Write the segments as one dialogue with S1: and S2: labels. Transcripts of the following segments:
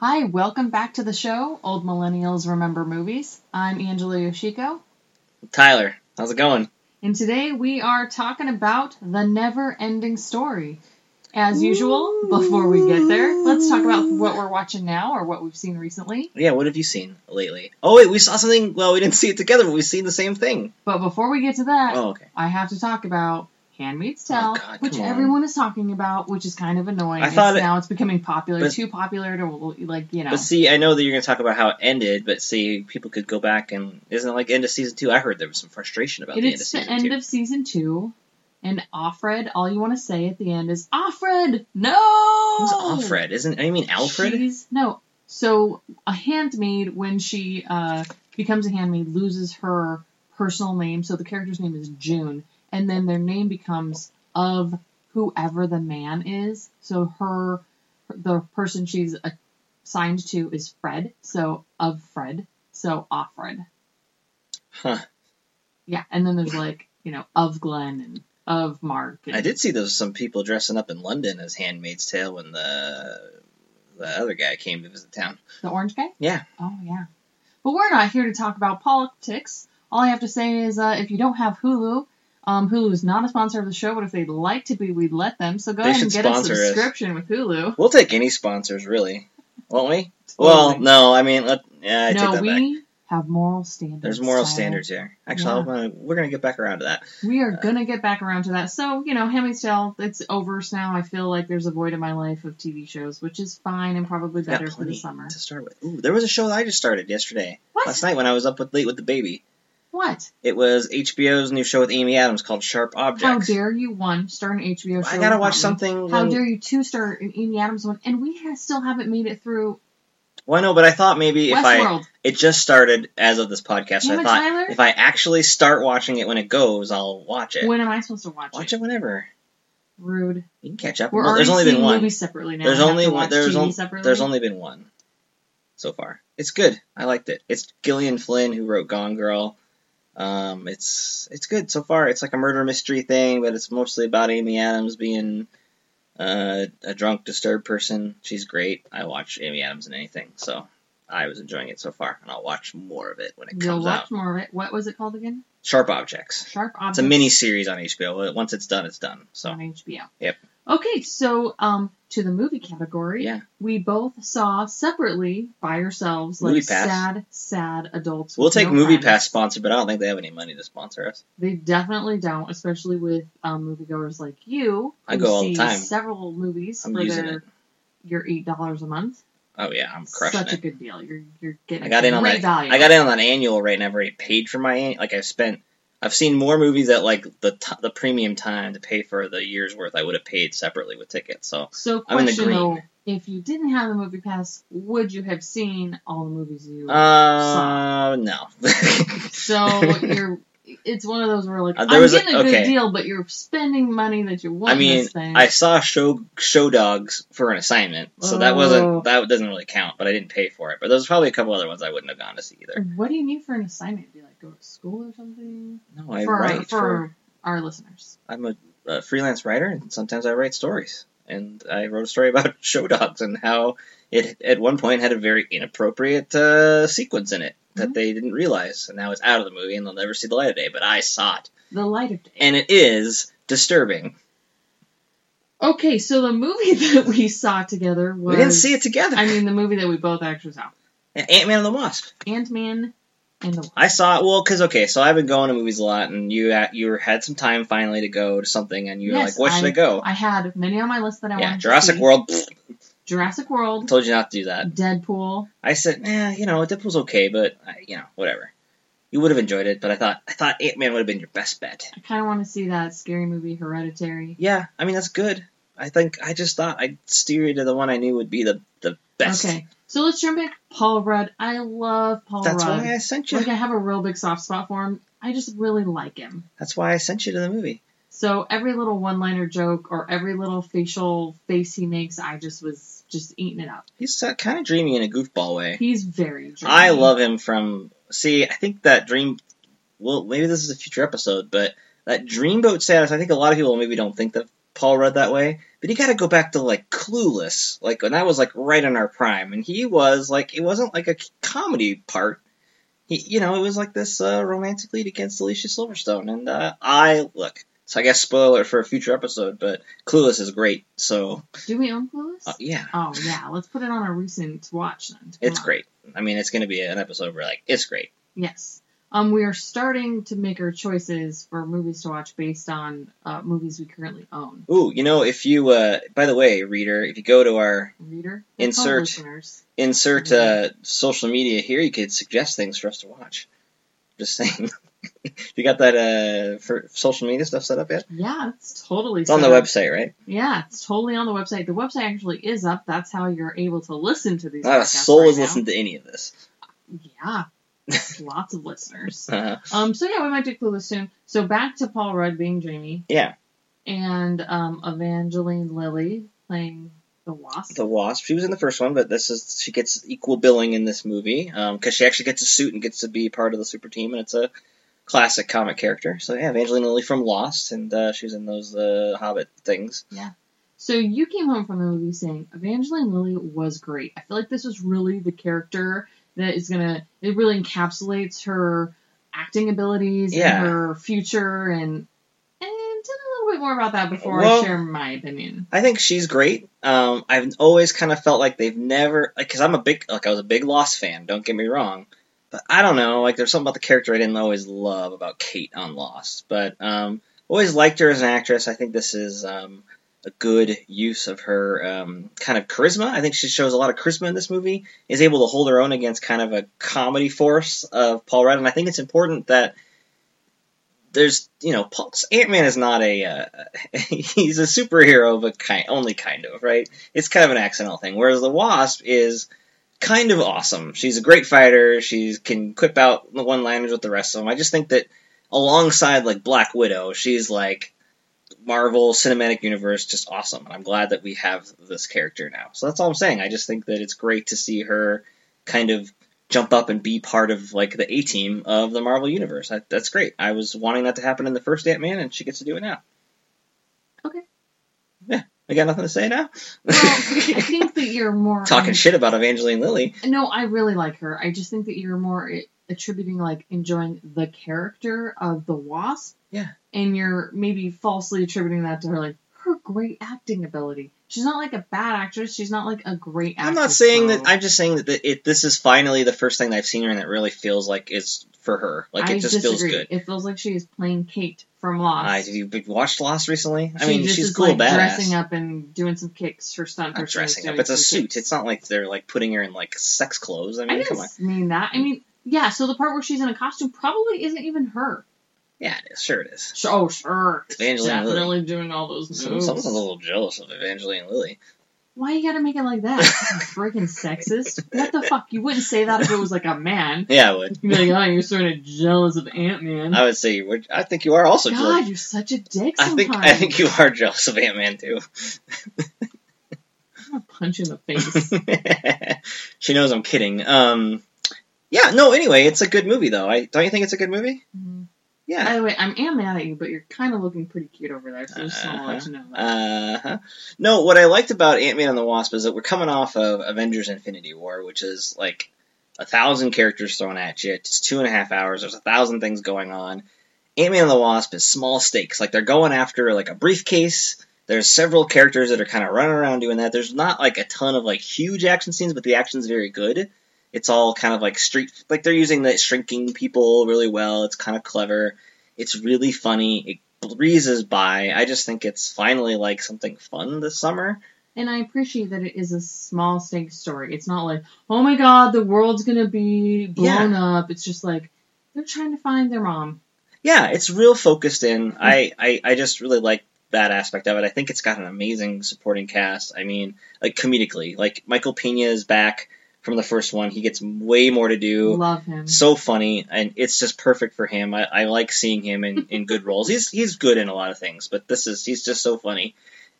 S1: Hi, welcome back to the show, Old Millennials Remember Movies. I'm Angela Yoshiko,
S2: Tyler, how's it going?
S1: and today we are talking about the never ending story. As usual, before we get there, let's talk about what we're watching now or what we've seen recently.
S2: Yeah, what have you seen lately? Oh wait, we saw something. Well, we didn't see it together, but we've seen the same thing.
S1: But before we get to that,
S2: Oh, okay.
S1: I have to talk about Handmaid's Tale,
S2: Oh, God,
S1: which
S2: come on.
S1: everyone is talking about, which is kind of annoying.
S2: I thought
S1: It's-
S2: it-
S1: now it's becoming popular,
S2: but-
S1: too popular to like, you know.
S2: But see, I know that you're going to talk about how it ended, but see, people could go back and isn't it like end of season two? I heard there was some frustration about the end of
S1: It's the
S2: season
S1: end
S2: two.
S1: of season two, and Alfred. All you want to say at the end is Alfred. No,
S2: Who's Alfred? Isn't I mean Alfred?
S1: She's, no. So a handmaid, when she uh, becomes a handmaid, loses her personal name. So the character's name is June, and then their name becomes of whoever the man is. So her, the person she's assigned to is Fred. So of Fred. So Alfred.
S2: Huh.
S1: Yeah, and then there's like you know of Glenn and of Mark. And
S2: I did see those some people dressing up in London as Handmaid's Tale when the the other guy came to visit town.
S1: The orange guy.
S2: Yeah.
S1: Oh yeah. But we're not here to talk about politics. All I have to say is uh, if you don't have Hulu, um, Hulu is not a sponsor of the show, but if they'd like to be, we'd let them. So go
S2: They
S1: ahead and
S2: should
S1: get a
S2: sponsor us.
S1: subscription with Hulu.
S2: We'll take any sponsors, really, won't we? Well, no, I mean, let, yeah, I take
S1: no,
S2: that
S1: we
S2: back.
S1: have moral standards.
S2: There's moral
S1: Tyler.
S2: standards Uh, here. Actually, I'm gonna, we're going to get back around to that.
S1: We are gonna get back around to that. So you know, Handmaid's Tale, it's over now. I feel like there's a void in my life of TV shows, which is fine and probably
S2: We've got
S1: better for the
S2: plenty
S1: summer.
S2: to start with. Ooh, there was a show that I just started yesterday,
S1: What?
S2: last night when I was up with late with the baby.
S1: What?
S2: It was HBO's new show with Amy Adams called Sharp
S1: How
S2: Objects.
S1: dare you? One, start an HBO show.
S2: I gotta
S1: without
S2: watch
S1: me.
S2: something.
S1: How
S2: when-
S1: dare you two star an Amy Adams one, and we ha- still haven't made it through
S2: Well, I know, but I thought maybe if I
S1: Westworld.
S2: it just started as of this podcast, so
S1: Damn
S2: I
S1: it,
S2: thought
S1: Tyler.
S2: if I actually start watching it when it goes, I'll watch it.
S1: When am I supposed to watch,
S2: watch it whenever
S1: Rude.
S2: you can catch up.
S1: We're
S2: Well,
S1: already
S2: there's only
S1: seeing
S2: been one.
S1: movies separately now.
S2: There's
S1: We have
S2: only
S1: to
S2: one-
S1: watch
S2: there's
S1: TV
S2: on-
S1: separately.
S2: There's only been one so far. It's good. I liked it. It's Gillian Flynn who wrote Gone Girl. Um, it's it's good so far. It's like a murder mystery thing, but it's mostly about Amy Adams being uh, a drunk, disturbed person. She's great. I watch Amy Adams in anything, so I was enjoying it so far, and I'll watch more of it when it
S1: You'll
S2: comes
S1: watch
S2: out.
S1: more of it. What was it called again?
S2: Sharp Objects.
S1: Sharp Objects.
S2: It's a mini series on HBO. Once it's done, it's done. So
S1: on HBO.
S2: Yep.
S1: Okay, so um, to the movie category,
S2: Yeah.
S1: we both saw separately by ourselves like
S2: MoviePass.
S1: sad, sad adults.
S2: we'll
S1: with
S2: take
S1: no
S2: Movie
S1: friends.
S2: Pass sponsor, but I don't think they have any money to sponsor us.
S1: They definitely don't, especially with um, moviegoers like you.
S2: I
S1: who
S2: go all the
S1: see
S2: time.
S1: Several movies
S2: I'm
S1: for
S2: using
S1: their
S2: it.
S1: your eight dollars a month.
S2: Oh yeah, I'm crushing
S1: Such
S2: it.
S1: a good deal. You're you're getting
S2: I got in on
S1: great
S2: that.
S1: value.
S2: I got in on that annual rate, and I've already paid for my an- like I've spent. I've seen more movies at like the t- the premium time to pay for the year's worth. I would have paid separately with tickets. So
S1: So
S2: I'm in the
S1: question though,
S2: green.
S1: if you didn't have the movie pass, would you have seen all the movies you?
S2: Um. uh, no.
S1: so you're. It's one of those where like
S2: Uh, there
S1: I'm
S2: was a-
S1: getting a, good
S2: okay.
S1: deal, but you're spending money that you want.
S2: I mean,
S1: this thing.
S2: I saw show show dogs for an assignment, so that
S1: Oh.
S2: wasn't that doesn't really count. But I didn't pay for it. But there's probably a couple other ones I wouldn't have gone to see either.
S1: what do you need for an assignment? Do you like go to school or something?
S2: No, I
S1: for
S2: write
S1: for,
S2: for
S1: our listeners.
S2: I'm a, a freelance writer, and sometimes I write stories. And I wrote a story about show dogs and how it at one point had a very inappropriate uh, sequence in it that
S1: Mhm.
S2: they didn't realize, and now it's out of the movie, and they'll never see the light of day. But I saw it,
S1: The light of day.
S2: and it is disturbing.
S1: okay, so the movie that we saw together was
S2: we didn't see it together.
S1: I mean, the movie that we both actually saw,
S2: Ant Man and the Wasp.
S1: Ant Man and the
S2: I saw it. Well, because okay, so I've been going to movies a lot, and you at, you had some time finally to go to something, and you were
S1: Yes,
S2: like, "What should I go?"
S1: I had many on my list that I
S2: yeah,
S1: wanted.
S2: Jurassic
S1: to see.
S2: World. pfft,
S1: Jurassic World,
S2: told you not to do that.
S1: Deadpool.
S2: I said, eh, you know, Deadpool's okay, but I, you know, whatever. You would have enjoyed it, but I thought I thought Ant Man would have been your best bet.
S1: I kind of want to see that scary movie, Hereditary.
S2: Yeah, I mean that's good. I think I just thought I'd steer you to the one I knew would be the the best.
S1: Okay, so let's jump back. Paul Rudd. I love Paul
S2: That's
S1: Rudd.
S2: why I sent you.
S1: like I have a real big soft spot for him. I just really like him.
S2: That's why I sent you to the movie.
S1: So every little one-liner joke or every little facial face he makes, I just was just eating it up.
S2: He's uh, kind of dreamy in a goofball way.
S1: He's very. Dreamy.
S2: I love him from. See, I think that dream. Well, maybe this is a future episode, but that Dreamboat status. I think a lot of people maybe don't think of Paul Rudd that way. But you got to go back to like Clueless, like and that was like right in our prime, and he was like it wasn't like a comedy part. He, you know, it was like this uh, romantic lead against Alicia Silverstone, and uh, I look. So I guess spoiler for a future episode, but Clueless is great. So
S1: Do we own Clueless?
S2: uh, yeah,
S1: oh yeah, let's put it on a recent watch then. Come
S2: it's
S1: on.
S2: great. I mean, it's going to be an episode where like it's great.
S1: Yes. Um, we are starting to make our choices for movies to watch based on uh, movies we currently own.
S2: Ooh, you know, if you uh, by the way, reader, if you go to our
S1: Reader,
S2: Insert.
S1: listeners.
S2: insert
S1: Mm-hmm.
S2: uh, social media here, you could suggest things for us to watch. Just saying. you got that uh, for social media stuff set up yet?
S1: Yeah, it's totally.
S2: It's on the
S1: set up.
S2: website, right?
S1: Yeah, it's totally on the website. The website actually is up. That's how you're able to listen to these.
S2: Not
S1: podcasts
S2: a Ah, soul
S1: right
S2: has
S1: now.
S2: listened to any of this.
S1: Yeah, lots of listeners.
S2: Uh,
S1: Um, so yeah, we might do Clueless soon. So back to Paul Rudd being Jamie.
S2: Yeah.
S1: And um, Evangeline Lilly playing the Wasp.
S2: the Wasp. She was in the first one, but this is she gets equal billing in this movie because she actually gets a suit and gets to be part of the super team, and it's a classic comic character. So yeah, Evangeline Lilly from Lost, and uh, she was in those uh, Hobbit things.
S1: So you came home from the movie saying Evangeline Lilly was great. I feel like this was really the character that is gonna. It really encapsulates her acting abilities
S2: Yeah.
S1: and her future and. And tell me a little bit more about that before
S2: Well-
S1: I share my opinion.
S2: I think she's great. Um, I've always kind of felt like they've never, like, because I'm a big, like, I was a big Lost fan. Don't get me wrong, but I don't know, like, there's something about the character I didn't always love about Kate on Lost. But um, always liked her as an actress. I think this is um, a good use of her um, kind of charisma. I think she shows a lot of charisma in this movie. Is able to hold her own against kind of a comedy force of Paul Rudd, and I think it's important that there's you know Ant Man is not a uh, he's a superhero but kind only kind of right it's kind of an accidental thing whereas the Wasp is kind of awesome she's a great fighter she can quip out the one liners with the rest of them I just think that alongside like Black Widow she's like Marvel Cinematic Universe just awesome and I'm glad that we have this character now so that's all I'm saying I just think that it's great to see her kind of jump up and be part of like the A team of the Marvel universe. I, that's great. I was wanting that to happen in the first Ant Man, and she gets to do it now.
S1: Okay.
S2: Yeah, I got nothing to say now.
S1: Well, I think that you're more
S2: Talking shit about Evangeline Lilly.
S1: No, I really like her. I just think that you're more i- attributing like enjoying the character of the Wasp.
S2: Yeah.
S1: And you're maybe falsely attributing that to her like her great acting ability. She's not like a bad actress. She's not like a great actress.
S2: I'm not saying that.
S1: though.
S2: I'm just saying that it. This is finally the first thing that I've seen her, and that really feels like it's for her. Like
S1: I
S2: it just feels
S1: disagree.
S2: good.
S1: It feels like she is playing Kate from Lost.
S2: I, have you watched Lost recently? I
S1: She
S2: mean,
S1: just
S2: she's
S1: is,
S2: cool,
S1: like,
S2: badass.
S1: dressing up and doing some kicks. Her stunt
S2: Not
S1: person is
S2: dressing up.
S1: doing
S2: It's a
S1: some
S2: suit.
S1: kicks.
S2: It's not like they're like putting her in like sex clothes. I
S1: I
S2: mean, come on.
S1: didn't mean that. I mean, yeah. So the part where she's in a costume probably isn't even her.
S2: Yeah, it is. sure it is.
S1: Sh- Oh, sure.
S2: Evangeline Lilly.
S1: Definitely doing all those
S2: Some,
S1: moves.
S2: someone's a little jealous of Evangeline Lilly.
S1: Why you gotta make it like that? Freaking sexist. What the fuck? You wouldn't say that if it was like a man.
S2: Yeah, I would.
S1: You'd be like, oh, you're sort of jealous of Ant Man.
S2: I would say you would. I think you are also
S1: God,
S2: jealous.
S1: you're such a dick
S2: I
S1: sometimes.
S2: think I think you are jealous of Ant Man too.
S1: I'm gonna punch you in the face.
S2: she knows I'm kidding. Um, yeah, no. Anyway, it's a good movie though. I don't you think it's a good movie?
S1: Mhm.
S2: Yeah.
S1: By the way, I'm am mad at you, but you're kind of looking pretty cute over there, so I just want to let you know that.
S2: Uh-huh. No, what I liked about Ant Man and the Wasp is that we're coming off of Avengers Infinity War, which is like a thousand characters thrown at you. It's two and a half hours. There's a thousand things going on. Ant Man and the Wasp is small stakes. Like they're going after like a briefcase. There's several characters that are kind of running around doing that. There's not like a ton of like huge action scenes, but the action's very good. It's all kind of like street like they're using the shrinking people really well. It's kind of clever. It's really funny. It breezes by. I just think it's finally like something fun this summer.
S1: And I appreciate that it is a small stakes story. It's not like, oh my god, the world's gonna be blown up. It's just like they're trying to find their mom.
S2: Yeah, it's real focused in. I, I, I just really like that aspect of it. I think it's got an amazing supporting cast. I mean, like comedically, like Michael Pena is back from the first one. He gets way more to do.
S1: Love him.
S2: so funny and it's just perfect for him i, I like seeing him in, in good roles he's he's good in a lot of things but this is he's just so funny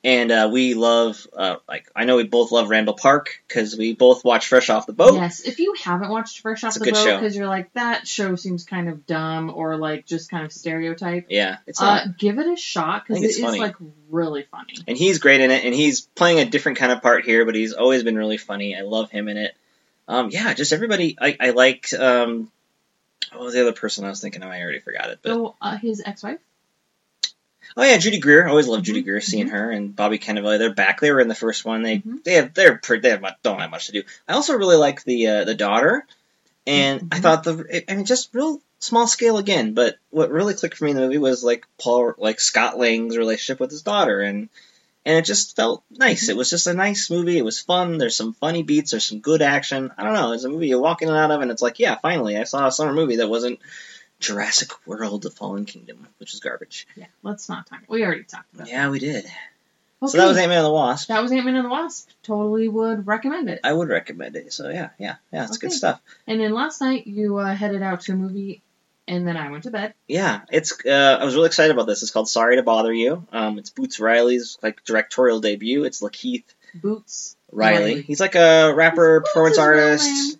S2: and uh, we love uh, like I know we both love Randall Park because we both watch Fresh Off the Boat.
S1: Yes, if you haven't watched Fresh Off
S2: It's a
S1: the
S2: good
S1: Boat
S2: show.
S1: because you're like that show seems kind of dumb or like just kind of stereotype,
S2: Yeah, it's not.
S1: uh, give it a shot
S2: I
S1: because
S2: think
S1: it
S2: it's
S1: is
S2: funny.
S1: like really funny.
S2: and he's great in it, and he's playing a different kind of part here, but he's always been really funny. I love him in it. Um, yeah, just everybody. I, I liked. Um, what was the other person I was thinking of? I already forgot it. But
S1: So uh, his ex-wife,
S2: oh yeah, Judy Greer. I always love Judy
S1: Mhm,
S2: Greer. Seeing her and Bobby Cannavale. They're back. They were in the first one. They
S1: Mhm.
S2: they have they're pretty, they have, mu- don't have much to do. I also really like the uh, the daughter, and I
S1: Mhm.
S2: thought the it, I mean just real small scale again. But what really clicked for me in the movie was like Paul like Scott Lang's relationship with his daughter and and it just felt nice. It was just a nice movie. It was fun. There's some funny beats. There's some good action. I don't know. It's a movie you're walking out of, and it's like, yeah, finally, I saw a summer movie that wasn't Jurassic World: The Fallen Kingdom, which is garbage.
S1: yeah, let's not talk. We already talked about.
S2: Yeah, we did.
S1: that.
S2: So that was
S1: Okay,
S2: Ant Man and the Wasp.
S1: that was Ant-Man and the Wasp. Totally would recommend it.
S2: I would recommend it. So yeah, yeah, yeah. It's good
S1: Okay.
S2: stuff.
S1: And then last night you uh, headed out to a movie, and then I went to bed.
S2: Yeah, it's. Uh, I was really excited about this. It's called Sorry to Bother You. Um, it's Boots Riley's like directorial debut. It's Lakeith
S1: Boots
S2: Riley.
S1: Riley.
S2: He's like a rapper,
S1: What's
S2: performance
S1: his real
S2: artist.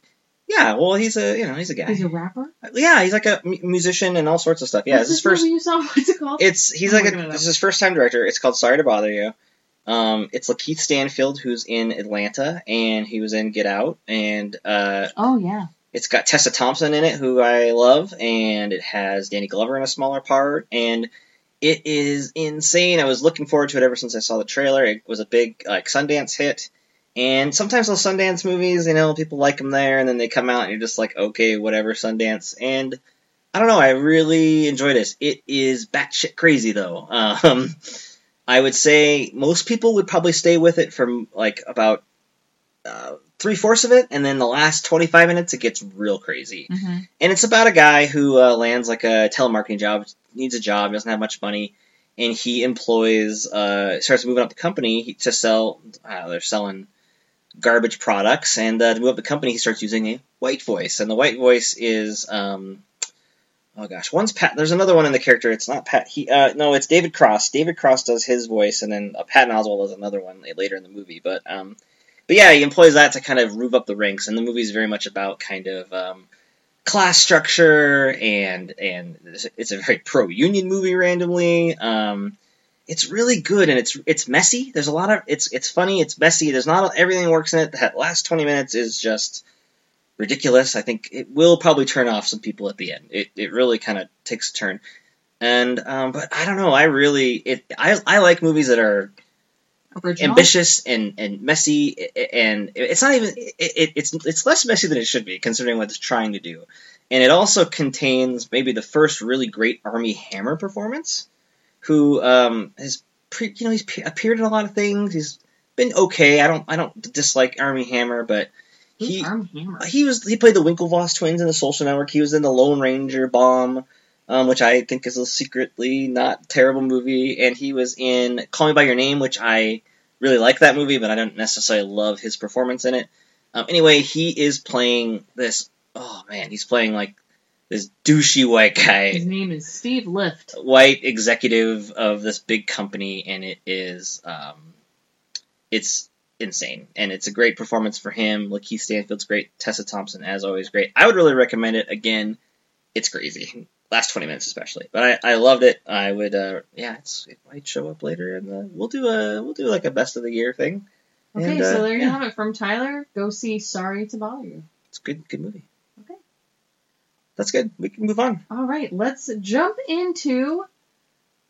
S2: Yeah, well, he's a you know he's a guy.
S1: He's a rapper.
S2: Yeah, he's like a mu- musician and all sorts of stuff. Yeah,
S1: What's
S2: it's
S1: this
S2: his first.
S1: Movie you saw? What's it called?
S2: It's he's
S1: I'm
S2: like
S1: looking
S2: a,
S1: it up.
S2: this is his first time director. It's called Sorry to Bother You. Um, it's Lakeith Stanfield who's in Atlanta and he was in Get Out and uh,
S1: Oh yeah.
S2: it's got Tessa Thompson in it who I love and it has Danny Glover in a smaller part and it is insane. I was looking forward to it ever since I saw the trailer. It was a big like Sundance hit. And sometimes those Sundance movies, you know, people like them there, and then they come out, and you're just like, okay, whatever, Sundance. And I don't know. I really enjoy this. It is batshit crazy though. Um, I would say most people would probably stay with it from like about uh, three fourths of it, and then the last twenty five minutes it gets real crazy.
S1: Mm-hmm.
S2: And it's about a guy who uh, lands like a telemarketing job, needs a job, doesn't have much money, and he employs uh, starts moving up the company to sell. Uh, they're selling garbage products, and uh, to move up the company, he starts using a white voice, and the white voice is. Um, Oh gosh, one's Pat. There's another one in the character. It's not Pat. He uh, no, it's David Cross. David Cross does his voice, and then uh, Patton Oswald does another one uh, later in the movie. But um, but yeah, he employs that to kind of move up the ranks, and the movie's very much about kind of um, class structure, and and it's- it's a very pro union movie. Randomly, um, it's really good, and it's it's messy. There's a lot of it's it's funny. It's messy. There's not everything works in it. That last twenty minutes is just ridiculous. I think it will probably turn off some people at the end. It, it really kind of takes a turn. And um, but I don't know. I really it I, I like movies that are
S1: Original.
S2: ambitious and, and messy i- i- and it's not even it, it, it's it's less messy than it should be considering what it's trying to do. And it also contains maybe the first really great Army Hammer performance, who um, has pre, you know he's pe- appeared in a lot of things. He's been okay. I don't I don't dislike Army Hammer, but
S1: Who's
S2: he
S1: Arm Hammer.
S2: he was he played the Winklevoss twins in the Social Network. He was in the Lone Ranger Bomb, um, which I think is a secretly not terrible movie. And he was in Call Me by Your Name, which I really like that movie, but I don't necessarily love his performance in it. Um, anyway, he is playing this. Oh man, he's playing like this douchey white guy
S1: His name is Steve Lift.
S2: white executive of this big company, and it is um, it's insane, and it's a great performance for him. Lakeith Stanfield's great, Tessa Thompson as always great. I would really recommend it. Again, it's crazy. Last twenty minutes especially, but I, I loved it. I would uh, yeah, it's, it might show up later, and uh, we'll do a we'll do like a best of the year thing.
S1: Okay,
S2: And, uh,
S1: so there you
S2: yeah.
S1: have it from Tyler. Go see Sorry to Bother You.
S2: It's a good good movie.
S1: Okay.
S2: That's good. We can move on.
S1: All right, let's jump into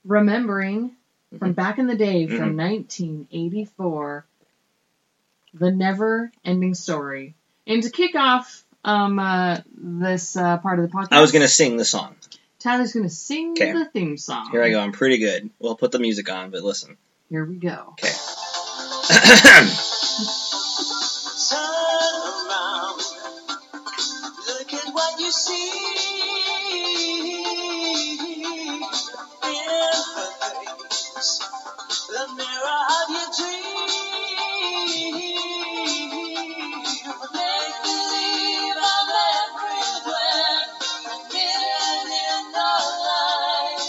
S1: remembering
S2: Mm-hmm.
S1: from back in the day, from 1984, the never ending story. And to kick off um, uh, this uh, part of the podcast,
S2: I was gonna sing the song.
S1: Tyler's going to sing
S2: Okay.
S1: the theme song.
S2: Here I go. I'm pretty good. We'll put the music on, but listen.
S1: Here we go.
S3: Turn around. Look at what you see. In the face, the mirror of your dream. Make believe I'm everywhere. Hidden in the light.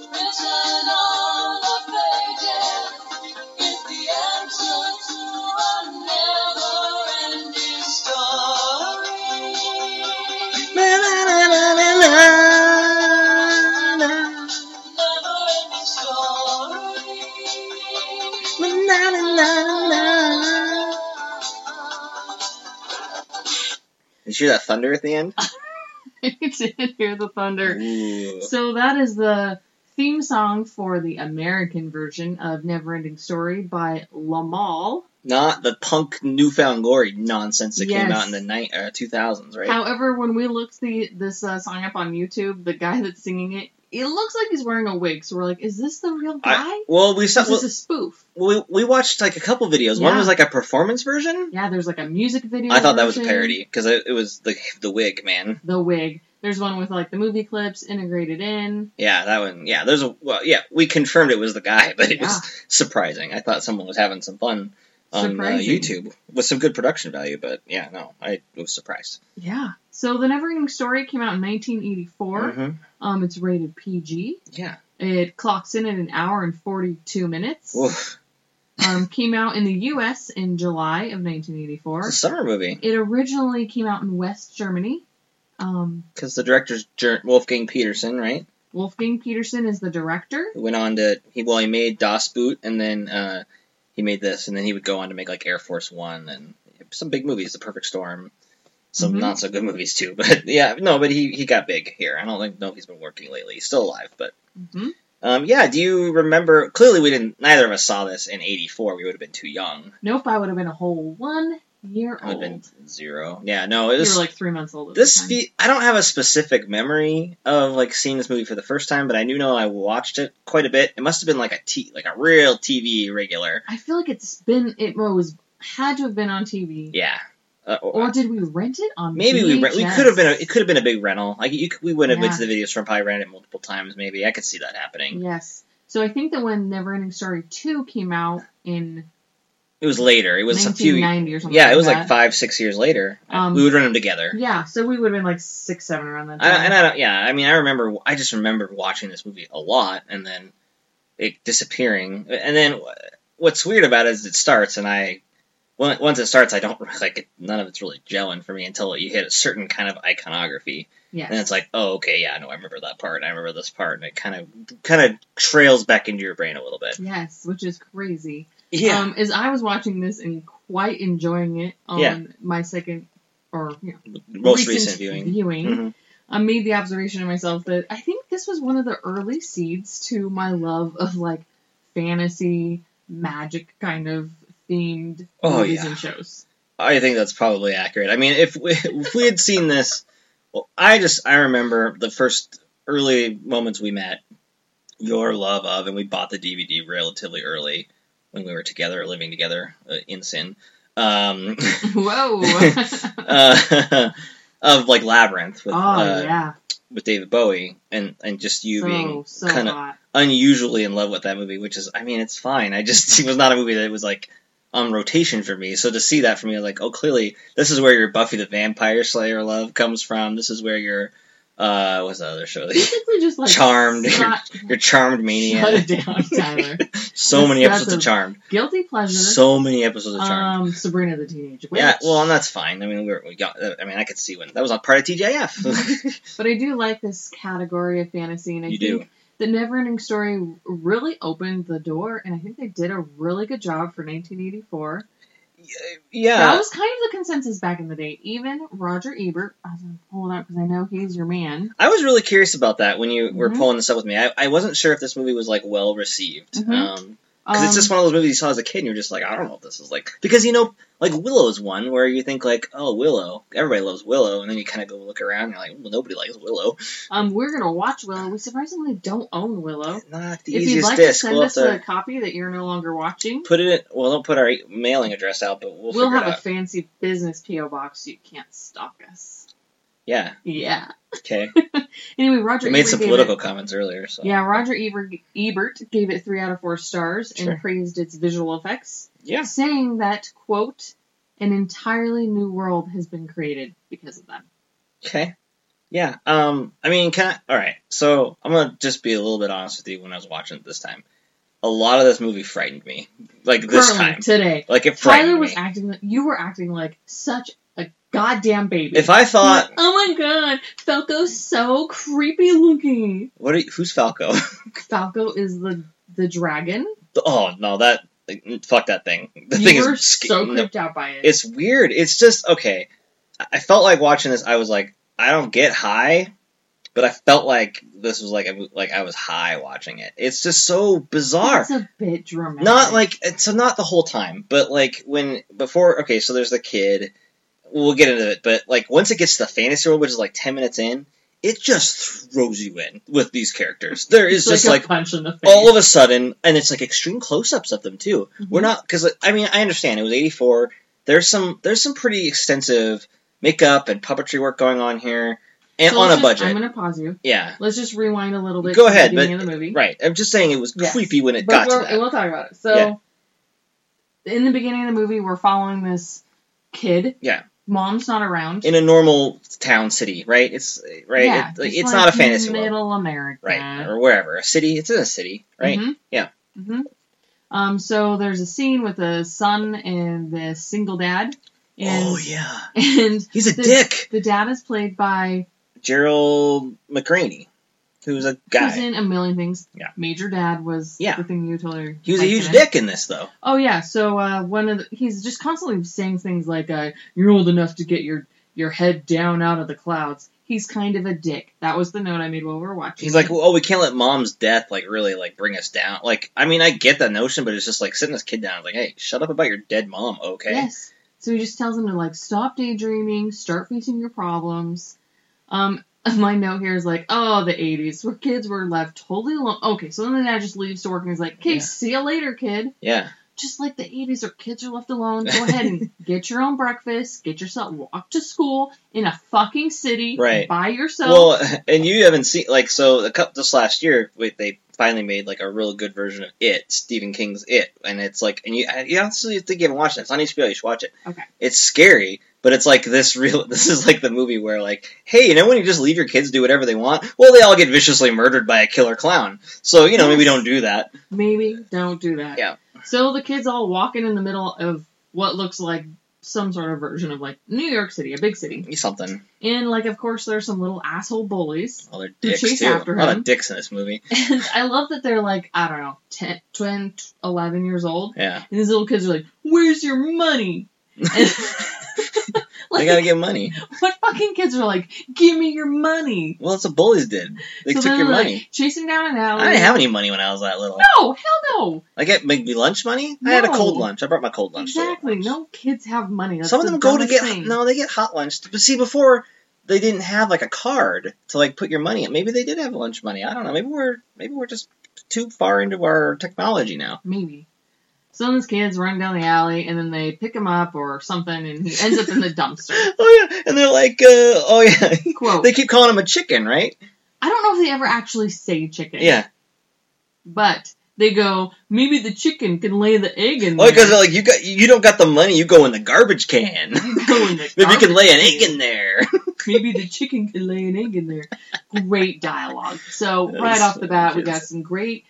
S3: Written on the pages
S2: Did you hear that thunder at the end?
S1: you did hear the thunder.
S2: Ooh.
S1: So that is the theme song for the American version of Neverending Story by Lamal.
S2: Not the punk newfound glory nonsense that came
S1: Yes.
S2: out in the night uh, 2000s, right?
S1: However, when we looked the this uh, song up on YouTube, the guy that's singing it, it looks like he's wearing a wig. So we're like, is this the real guy?
S2: I, well, we saw.
S1: Is this a spoof?
S2: we, we watched like a couple videos. One
S1: Yeah. Mm-hmm.
S2: was like a performance version.
S1: Yeah, there's like a music video.
S2: I thought that was a
S1: version,
S2: parody because it, it was the the wig man.
S1: The wig. There's one with like the movie clips integrated in.
S2: Yeah, that one. Yeah, there's a well. Yeah, we confirmed it was the guy, but it
S1: Yeah.
S2: was surprising. I thought someone was having some fun on uh,
S1: Surprising.
S2: YouTube with some good production value, but yeah, no, I was surprised.
S1: Yeah. So the Neverending Story came out in 1984.
S2: Mhm.
S1: Um, it's rated PG.
S2: Yeah.
S1: It clocks in at an hour and 42 minutes.
S2: Oof.
S1: Um, came out in the U.S. in July of 1984.
S2: It's a summer movie
S1: It originally came out in West Germany. Um,
S2: because the director's Jer- Wolfgang Peterson, right?
S1: Wolfgang Peterson is the director.
S2: Who went on to he well he made Das Boot and then uh, he made this and then he would go on to make like Air Force One and some big movies, The Perfect Storm, some
S1: Mhm.
S2: not so good movies too. But yeah, no, but he he got big here. I don't think know if he's been working lately. He's still alive, but.
S1: hmm
S2: Um, yeah, do you remember? Clearly, we didn't. Neither of us saw this in '84. We would have been too young.
S1: Nope, I would have been a whole one year
S2: I would
S1: old.
S2: have been zero. Yeah, no, it
S1: you
S2: was
S1: were like three months old. At
S2: this.
S1: the time.
S2: Fe- I don't have a specific memory of like seeing this movie for the first time, but I do know I watched it quite a bit. It must have been like a t, like a real TV regular.
S1: I feel like it's been it was had to have been on TV.
S2: Yeah, uh,
S1: Or did we rent it on?
S2: maybe we rent, we
S1: VHS?
S2: could have been a, it could have been a big rental. Like you, c- we would have been
S1: Yeah.
S2: to the video store and probably rented it multiple times. Maybe I could see that happening.
S1: Yes. So I think that when Neverending Story two came out in
S2: It was later. It was a few.
S1: 1990 or something.
S2: Yeah, it was like
S1: that.
S2: five, six years later.
S1: Um,
S2: we would run them together.
S1: Yeah, so we would have been like six, seven around that
S2: I,
S1: time.
S2: and I don't, yeah, I mean, I remember, I just remember watching this movie a lot and then it disappearing. And then wh- what's weird about it is it starts and I, when- once it starts, I don't, like, it, none of it's really gelling for me until you hit a certain kind of iconography.
S1: yes.
S2: And it's like, oh, okay, yeah, no, I remember that part. and I remember this part. And it kind of, kind of trails back into your brain a little bit.
S1: Yes, which is crazy.
S2: Yeah.
S1: Um, is I was watching this and quite enjoying it on
S2: Yeah.
S1: my second or you know,
S2: most recent, viewing.
S1: Um, viewing.
S2: Mhm.
S1: I made the observation to myself that I think this was one of the early seeds to my love of like fantasy, magic kind of themed
S2: Oh,
S1: movies
S2: yeah.
S1: and shows.
S2: I think that's probably accurate. I mean, if we, if we had seen this, well, I just I remember the first early moments we met, your love of, and we bought the DVD relatively early when we were together, living together uh, in sin, um,
S1: Whoa.
S2: uh, of like Labyrinth with
S1: oh
S2: uh,
S1: yeah. Oh.
S2: with David Bowie, and and just you being
S1: So so
S2: kinda-
S1: hot.
S2: unusually in love with that movie, which is, I mean, it's fine. I just, it was not a movie that was like on rotation for me. So to see that for me, I was like, oh, clearly this is where your Buffy the Vampire Slayer love comes from. This is where your, uh, what's the other show?
S1: Basically just like
S2: Charmed.
S1: Shut,
S2: your Charmed Mania.
S1: shut it down, Tyler.
S2: so many
S1: That's-
S2: episodes of
S1: that's
S2: Charmed.
S1: Guilty pleasure.
S2: So many episodes of Charmed.
S1: um, Sabrina the Teenage Witch.
S2: yeah, well, and that's fine. I mean, we were, we got. I mean, I could see when that was on part of TJF.
S1: But I do like this category of fantasy, and I
S2: you
S1: think
S2: do.
S1: the Neverending Story really opened the door, and I think they did a really good job for 1984. that
S2: Yeah,
S1: was kind of the consensus back in the day. Even Roger Ebert, I was gonna pull it up because I know he's your man.
S2: I was really curious about that when you were
S1: Mhm.
S2: pulling this up with me. I, I wasn't sure if this movie was like well received.
S1: Mhm.
S2: Um,
S1: Um,
S2: Because it's just one of those movies you saw as a kid and you're just like, I don't know if this is like. Because, you know, like Willow is one where you think, like, oh, Willow. Everybody loves Willow. And then you kind of go look around and you're like, well, nobody likes Willow.
S1: um, we're gonna watch Willow. We surprisingly don't own Willow.
S2: Not the
S1: if you'd
S2: easiest
S1: like
S2: disc.
S1: to send
S2: We'll have
S1: us a
S2: to
S1: copy that you're no longer watching,
S2: put it in. Well, don't put our e- mailing address out, but we'll,
S1: we'll,
S2: figure
S1: have
S2: it
S1: a
S2: out.
S1: fancy business PO box so you can't stalk us.
S2: yeah.
S1: Yeah.
S2: Okay.
S1: Anyway, Roger
S2: We made
S1: Ebert
S2: some
S1: gave
S2: political
S1: it-
S2: comments earlier. So.
S1: Yeah, Roger Ebert, Ebert gave it three out of four stars
S2: Sure.
S1: and praised its visual effects,
S2: Yeah.
S1: saying that quote, "An entirely new world has been created because of them."
S2: Okay. Yeah. Um. I mean, can I, all right. So I'm gonna just be a little bit honest with you. When I was watching it this time, a lot of this movie frightened me. Like this
S1: Currently,
S2: time,
S1: today.
S2: like it frightened
S1: Tyler was
S2: me.
S1: acting. You were acting like such a goddamn baby.
S2: If I thought
S1: Like, oh my god, Falco's so creepy looking.
S2: What? Are you, who's Falco?
S1: Falco is the the dragon.
S2: oh no, that fuck that thing. The
S1: you
S2: thing
S1: were
S2: is sca-
S1: so
S2: no,
S1: creeped out by it.
S2: it's weird. It's just okay. I- I felt like watching this. I was like, I don't get high, but I felt like this was like like I was high watching it. It's just so bizarre.
S1: It's a bit dramatic.
S2: Not like so not the whole time, but like when before okay, so there's the kid. We'll get into it, but like once it gets to the fantasy world, which is like ten minutes in, it just throws you in with these characters. There is just
S1: a
S2: like
S1: punch in the face.
S2: all of a sudden, and it's like extreme close-ups of them too. We're not because I mean I understand it was '84. There's some there's some pretty extensive makeup and puppetry work going on here, and
S1: So
S2: on a
S1: let's just-
S2: budget.
S1: I'm gonna pause you.
S2: Yeah,
S1: Let's just rewind a little bit.
S2: Go
S1: to
S2: ahead,
S1: The
S2: but-
S1: beginning of the movie.
S2: right. I'm just saying it was
S1: Yes.
S2: creepy when it
S1: but
S2: got to
S1: we're,
S2: that.
S1: we'll talk about it. So, in the beginning of the movie, we're following this kid.
S2: Yeah.
S1: Mom's not around.
S2: In a normal town city, right? It's right.
S1: Yeah,
S2: it, like,
S1: just
S2: it's
S1: like
S2: not a fantasy world,
S1: Middle America.
S2: right? Or wherever a city. It's in a city, right?
S1: Mhm.
S2: Yeah.
S1: hmm Um. So there's a scene with a son and the single dad. And,
S2: Oh yeah,
S1: And
S2: he's a
S1: The-
S2: dick.
S1: the dad is played by
S2: Gerald McCraney, who's a guy.
S1: who's in a million things.
S2: Yeah.
S1: Major Dad was
S2: Yeah.
S1: the thing you told her.
S2: he was a
S1: liked
S2: huge
S1: him.
S2: dick in this though.
S1: Oh yeah, so uh, one of the, he's just constantly saying things like, uh, "You're old enough to get your your head down out of the clouds." He's kind of a dick. That was the note I made while we were watching.
S2: He's
S1: it.
S2: like, well, oh, we can't let mom's death like really like bring us down. Like, I mean, I get that notion, but it's just like sitting this kid down, like, hey, shut up about your dead mom, okay?
S1: Yes. So he just tells him to like stop daydreaming, start facing your problems. Um, my note here is like, oh, the '80s, where kids were left totally alone. Okay, so then the dad just leaves to work, and he's like, okay,
S2: Yeah.
S1: see you later, kid.
S2: Yeah,
S1: Just like the '80s, where kids are left alone. Go ahead and get your own breakfast, get yourself walk to school in a fucking city
S2: Right.
S1: by yourself.
S2: well, and you haven't seen like so a couple just last year, wait, they finally made like a real good version of it, Stephen King's It, and it's like, and you you honestly think you haven't watched it. It's on HBO. You should watch it.
S1: Okay.
S2: It's scary, but it's like this real. This is like the movie where like, hey, you know when you just leave your kids do whatever they want? Well, they all get viciously murdered by a killer clown. So you know maybe don't do that.
S1: Maybe don't do that.
S2: Yeah.
S1: So the kids all walking in the middle of what looks like some sort of version of like New York City, a big city.
S2: Something.
S1: And like, of course, there's some little asshole bullies.
S2: All their
S1: Who
S2: dicks
S1: chase
S2: too.
S1: after
S2: a lot
S1: him.
S2: of dicks in this movie.
S1: And I love that they're like, I don't know, 10, 10 11 years old.
S2: Yeah,
S1: And these little kids are like, where's your money? And
S2: they
S1: like,
S2: gotta get money.
S1: what fucking kids are like, give me your money.
S2: Well, that's what bullies did. They
S1: So
S2: took
S1: then
S2: your
S1: they're, like, "Oh."
S2: money.
S1: chasing down an alley.
S2: I didn't have any money when I was that little.
S1: No, hell no.
S2: Like, it made me lunch money. I had a cold
S1: No.
S2: lunch. I brought my cold lunch. to work.
S1: Exactly. No kids have money. That's
S2: Some of
S1: the
S2: them go to
S1: dumbest
S2: get
S1: thing.
S2: no, they get hot lunch. But see, before they didn't have like a card to like put your money. in. Maybe they did have lunch money. I don't know. Maybe we're maybe we're just too far into our technology now.
S1: Maybe. So these kids run down the alley and then they pick him up or something and he ends up in the dumpster.
S2: Oh yeah, and they're like, uh, oh yeah.
S1: Quote.
S2: they keep calling him a chicken, right?
S1: I don't know if they ever actually say chicken.
S2: Yeah.
S1: But they go, maybe the chicken can lay the egg in
S2: Oh,
S1: there.
S2: because like you got you don't got the money, you go in the garbage can.
S1: You go in the
S2: If you can lay an
S1: garbage
S2: egg in there.
S1: maybe the chicken can lay an egg in there. Great dialogue. So
S2: That
S1: right
S2: is
S1: off the bat, we
S2: gorgeous.
S1: got some great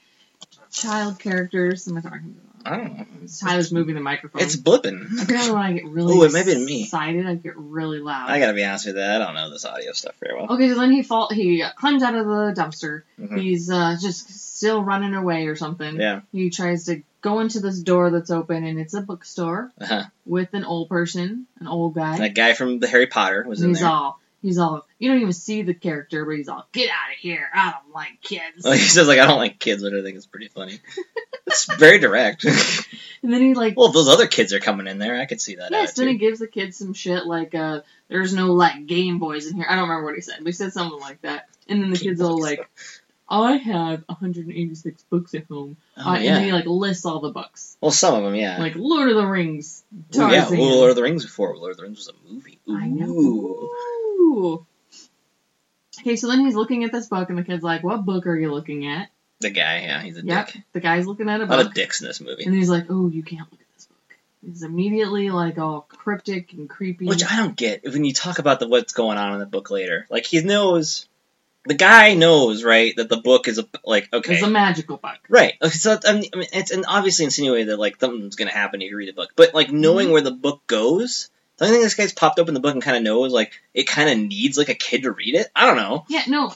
S1: child characters. Am I talking about?
S2: I don't know. It's,
S1: Tyler's moving the microphone.
S2: it's blipping.
S1: apparently when I get really
S2: Ooh, it might be me.
S1: excited, I get really loud.
S2: I gotta be honest with you, I don't know this audio stuff very well.
S1: Okay, so then he fall he climbs out of the dumpster.
S2: Mhm.
S1: He's uh, just still running away or something.
S2: Yeah.
S1: He tries to go into this door that's open and it's a bookstore
S2: Uh-huh.
S1: with an old person, an old guy.
S2: That guy from the Harry Potter was in
S1: he's
S2: there.
S1: all he's all you don't even see the character, but he's all get out of here. I don't like kids.
S2: Oh, he says like I don't like kids, but I think it's pretty funny. it's very direct.
S1: and then he like
S2: well, if those other kids are coming in there, I could see that.
S1: yes, then he
S2: attitude.
S1: gives the kids some shit like uh there's no like Game Boys in here. I don't remember what he said, but he said something like that. And then the
S2: Game
S1: kids all
S2: Boys.
S1: like I have 186 books at home.
S2: Oh,
S1: uh, And
S2: yeah.
S1: then he like lists all the books.
S2: Well, some of them, yeah.
S1: like Lord of the Rings.
S2: Ooh, yeah,
S1: Tarzan.
S2: well, Lord of the Rings before. Lord of the Rings was a movie. Ooh.
S1: I know. Ooh. Okay, so then he's looking at this book, and the kid's like, "What book are you looking at?"
S2: The guy, yeah, he's a
S1: Yep,
S2: dick.
S1: the guy's looking at a
S2: A lot
S1: book,
S2: of dicks in this movie.
S1: and he's like, "Oh, you can't look at this book." He's immediately like all cryptic and creepy.
S2: Which I don't get when you talk about the what's going on in the book later. Like he knows, the guy knows, right, that the book is a, like okay,
S1: It's a magical book.
S2: right. Okay, so I mean, I mean, it's an obviously insinuated that like something's gonna happen if you read the book, but like
S1: Mm-hmm.
S2: knowing where the book goes, the only thing this guy's popped open the book and kind of knows, like it kind of needs like a kid to read it. I don't know.
S1: Yeah, no.